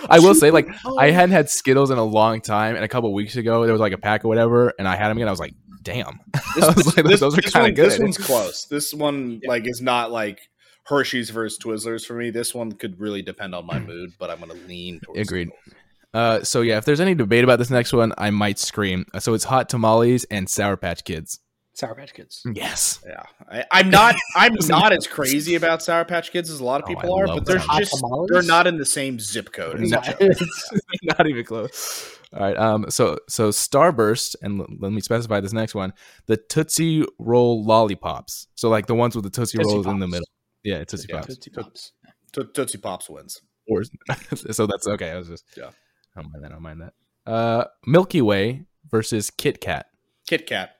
I will say, like, I hadn't had <laughs> Skittles in a long time, and a couple weeks ago there was like a pack or whatever, and I had them again. I was like, damn, <laughs> I was like, This- those are this kind one- of good. This one's close. This <laughs> one like is not like Hershey's versus Twizzlers for me. This one could really depend on my mood, but I'm gonna lean towards. Agreed. Skittles. Uh, so yeah, if there's any debate about this next one, I might scream. Uh, So it's hot tamales and Sour Patch Kids. Sour Patch Kids. Yes. Yeah, I, I'm not. <laughs> I'm not as crazy about Sour Patch Kids as a lot of Oh, I people are, love but there's them. just Tamales? they're not in the same zip code. as No. <laughs> each other. <laughs> Not even close. All right. Um. So so Starburst, and l- let me specify this next one: the Tootsie Roll lollipops. So like the ones with the Tootsie, Tootsie Rolls in the Pops. middle. Yeah, Tootsie Yeah, Pops. Tootsie Pops. To- Tootsie Pops wins. Or- <laughs> so that's okay. I was just Yeah. I don't mind that. I don't mind that. Uh, Milky Way versus Kit Kat. Kit Kat.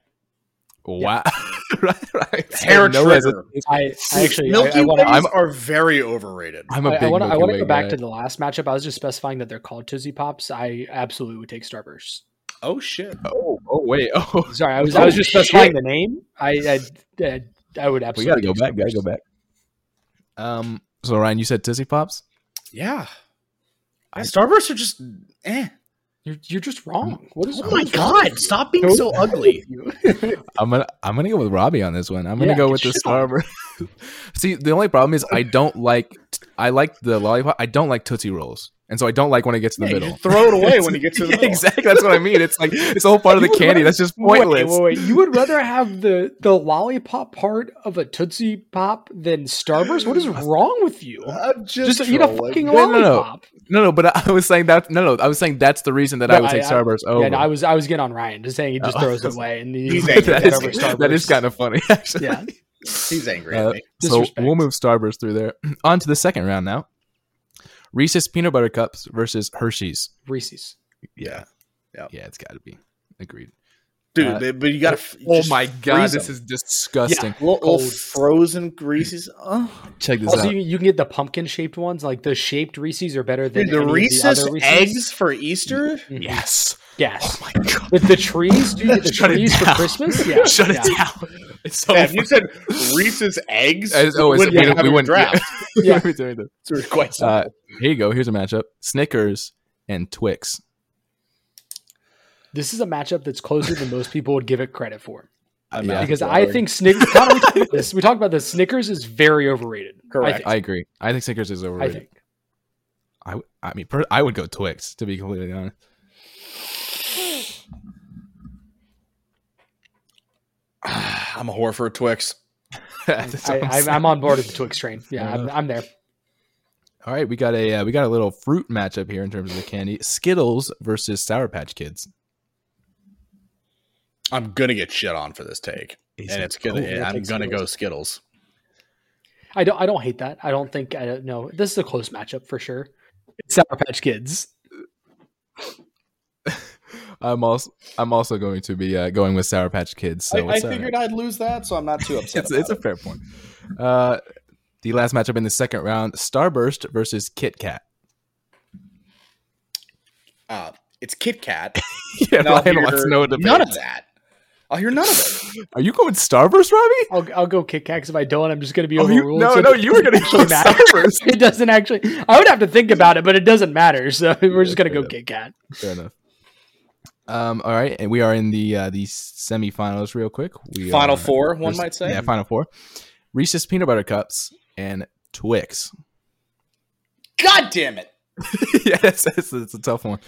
Wow. <laughs> right. Right. Hair No trigger. hesitation. I, I actually I- Milky I, wanna- Ways I'm- are very overrated. I'm a I, big I want to I Milky want Way to go back guy. to the last matchup. I was just specifying that they're called Tootsie Pops. I absolutely would take Starburst. oh shit! Oh, oh <laughs> wait. Oh, Sorry, I was Oh, I was just shit. specifying the name. I I, I, I would we absolutely gotta go back. Gotta go back. Um. So Ryan, you said Tootsie Pops. Yeah, I- Starbursts are just eh. You're you're just Mm. wrong. What is? Oh wrong my with god! Stop being so ugly. you? I'm gonna I'm gonna go with Robbie on this one. I'm gonna Yeah, go get with the shit Star. <laughs> See, the only problem is I don't like I like the lollipop. I don't like tootsie rolls, and so I don't like when it gets in the Yeah, you middle. just <laughs> throw it away when you get to the <laughs> <laughs> Yeah, middle. exactly. That's what I mean. It's like it's the whole part of the You would candy. rather- That's just <laughs> Wait, pointless. Wait, wait, You would rather have the the lollipop part of a Tootsie Pop than Starburst? What is wrong with you? I'm just, Just eat a trolling. fucking No, no, no. lollipop. No, no. But I- I was saying that. No, no. I was saying that's the reason that I No, would I- take I- Starburst over. Yeah, no, I was I was getting on Ryan, just saying he just Oh. throws it away and he He's <laughs> takes angry. that, it is, over that is Starburst. kind of funny. <laughs> Actually. yeah. He's angry Uh, at me. So Disrespect. we'll move Starburst through there. <clears throat> On to the second round now. Reese's peanut butter cups versus Hershey's. Reese's. Yeah. Yeah, it's got to be. Agreed. Dude, Uh, but- but you gotta. f- Oh just my god, freeze this them. is disgusting. little, little cold. frozen greases. Oh. Check this Also, out. you, you can get the pumpkin shaped ones. Like the shaped Reese's are better than Dude, the any of Reese's other Reese's. eggs for Easter? Mhm. yes. Yes. Oh my god. With the trees, do you get the <laughs> Shut it trees for down. <laughs> Christmas? <laughs> Yeah. Shut yeah. it down. It's so. <laughs> Yeah, if you said Reese's eggs, Oh As always, wouldn't we even don't- have we your wouldn't- yeah. draft. <laughs> Yeah. We're doing this. It's really quite simple. Uh, here you go. Here's a matchup: Snickers and Twix. This is a matchup that's closer than most people would give it credit for. I'm <laughs> yeah. out. because I think Snickers. we, talked about this. we talked about this. Snickers is very overrated. Correct. I think. I agree. I think Snickers is I overrated. I, think. w- I mean, per- I would go Twix to be completely honest. <sighs> <laughs> I'm a whore for a Twix. That's I, all I'm I, saying. I'm on board with the Twix train. Yeah, Fair I'm, enough. I'm there. All right, we got a uh, we got a little fruit matchup here in terms of the candy: Skittles versus Sour Patch Kids. I'm gonna get shit on for this take, and it's gonna. Oh, we'll I'm take gonna Skittles. go Skittles. I don't. I don't hate that. I don't think. I don't know. This is a close matchup for sure. It's Sour Patch Kids. I'm also I'm also going to be uh, going with Sour Patch Kids. So I, I it's all right. figured I'd lose that, so I'm not too upset. it's, it's a about fair point. Uh, the last matchup in the second round: Starburst versus Kit Kat. <laughs> it. Uh, it's Kit <laughs> Kat. yeah, and I'll Ryan hear wants no debate. none of that. I'll hear none of it. Are you going Starburst, Robbie? I'll, I'll go Kit Kat 'cause if I don't, I'm just going to be Oh, you, overruled. no, so <laughs> no, you were going to it go doesn't matter. <laughs> Starburst. It doesn't actually. I would have to think about it, but it doesn't matter. <laughs> So we're just going to go fair enough. Kit Kat. Fair enough. Um, all right, and we are in the uh, the semifinals real quick. We Final are- four, one might say. Yeah, final four. Reese's peanut butter cups and Twix. God damn it! yeah, that's, that's, that's a tough one.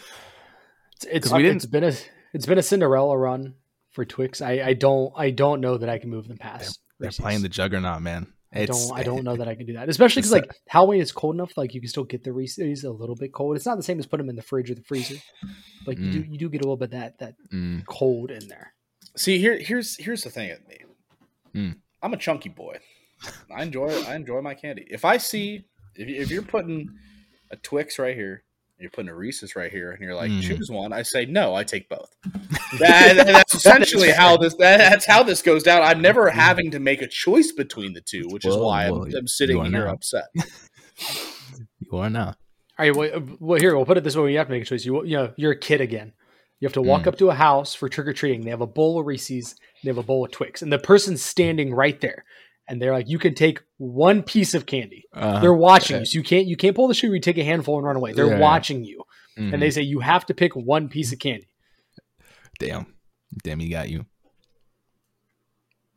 It's, it's, 'Cause we didn't- it's been a it's been a Cinderella run for Twix. I, I don't I don't know that I can move them past. They're Reese's. playing the juggernaut, man. I It's- don't I don't know that I can do that, especially because it's like Halloween is cold enough. Like you can still get the Reese's a little bit cold. It's not the same as putting them in the fridge or the freezer. Like you do you do get a little bit that that <laughs> Mm, cold in there. See, here, here's here's the thing. At me, Hmm. I'm a chunky boy. I enjoy I enjoy my candy. If I see if, you- if you're putting a Twix right here, you're putting a Reese's right here, and you're like Hmm. choose one, I say no. I take both. That- <laughs> that- that's essentially how this that, that's how this goes down. I'm never Hmm. having to make a choice between the two, which is Well, why I'm, well, I'm sitting you are here now. upset. you are now. All right, well, uh, well here we'll put it this way: you have to make a choice. You you know you're a kid again. You have to walk Mm. up to a house for trick or treating. They have a bowl of Reese's. They have a bowl of Twix, and the person's standing right there, and they're like, "You can take one piece of candy." Uh, They're watching Yeah. you, so you can't you can't pull the shoe. You take a handful and run away. They're Yeah. watching you, mhm. and they say you have to pick one piece of candy. damn, damn, he got you.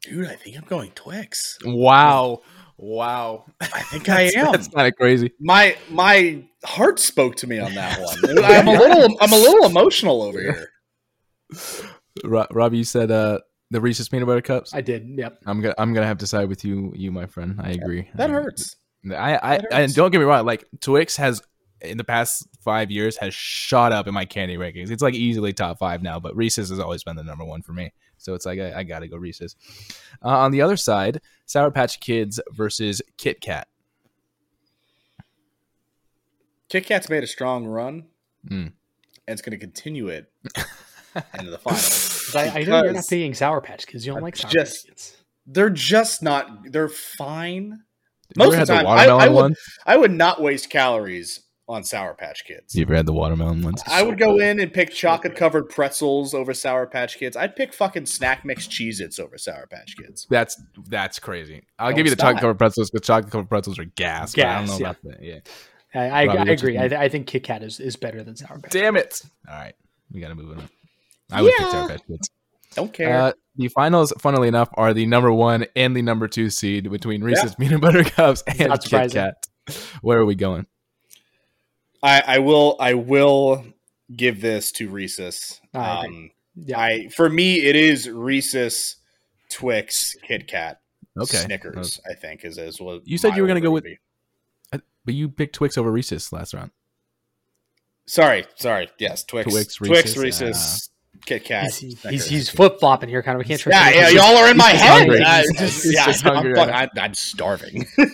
Dude, I think I'm going Twix. Oh, Wow, wow. I <laughs> think I am. <laughs> That's kind of crazy. my my heart spoke to me on that <laughs> one. I'm a little I'm a little emotional over here. Ro- Robbie, you said uh, the Reese's peanut butter cups. I, I did. Yep. am gonna I'm gonna have to side with you, you my friend. I agree. That I- hurts. I I, That I hurts. don't get me wrong. Like Twix has in the past five years has shot up in my candy rankings. It's like easily top five now, but Reese's has always been the number one for me. So it's like I, I gotta go Reese's. Uh, on the other side, Sour Patch Kids versus Kit Kat. Kit Kat's made a strong run, Mm. and it's going to continue it into the finals. 'Cause I, I know you're not Because picking Sour Patch because you don't I'm like Sour just- Patch Kids. They're just not. They're fine. You Most ever of had the the time, I- I watermelon would- one? I would not waste calories on Sour Patch Kids. You ever had the watermelon ones? I would go in and pick chocolate covered pretzels over Sour Patch Kids. I'd pick fucking snack mix Cheez Its over Sour Patch Kids. That's that's crazy. I'll No, give you the it's chocolate not. covered pretzels because chocolate covered pretzels are gas. but I don't know Gas, yeah. about that. Yeah. I, I, Robbie, I what you agree. I, think? th- I think Kit Kat is, is better than Sour Patch. Damn it. All right. We got to move on. I would pick Sour Patch Kids. Don't care. Uh, the finals, funnily enough, are the number one and the number two seed between Reese's Peanut Butter Cups and not Kit surprising. Kat. Where are we going? I, I will I will give this to Rhesus. Oh, I agree. um, Yeah. I for me it is Rhesus, Twix, Kit Kat, Okay. Uh, Snickers. I think is is what You said my you were gonna order go would with- be. Uh, But you picked Twix over Reese's last round. Sorry, sorry. Yes, Twix, Twix, Twix, Reese's, Reese's, Kit Kat. He's, he's, Snickers. he's flip flopping here, kind of. We can't yeah, yeah, trust him. y'all are in my just head. hungry. I- He's just- just- yeah, he's just I'm, hungry fuck- right I'm, I'm <laughs> starving. <laughs> Yeah,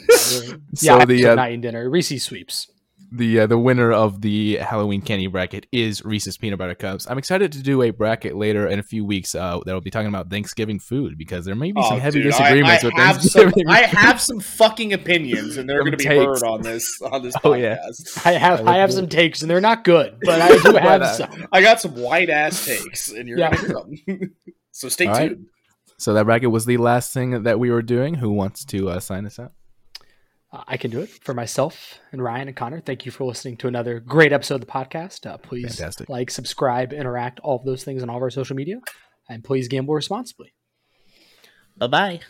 So I the the uh, not eating dinner. Reese's sweeps. the uh, the winner of the Halloween candy bracket is Reese's Peanut Butter Cups. I'm excited to do a bracket later in a few weeks uh, that'll be talking about Thanksgiving food because there may be some Oh, heavy dude, I- disagreements I, with have <laughs> some, Thanksgiving. I have some fucking opinions, and they're Some going to be takes. heard on this on this Oh, yeah. podcast. <laughs> I have would I have do some takes, and they're not good, but I do <laughs> But, have uh, some. I got some white ass takes, and you're Yeah. gonna hear them. <laughs> so stay All right. tuned. so that bracket was the last thing that we were doing. Who wants to uh, sign us out? Uh, I can do it for myself and Ryan and Connor. Thank you for listening to another great episode of the podcast. Uh, please Fantastic. like, subscribe, interact, all of those things on all of our social media, and please gamble responsibly. Bye bye.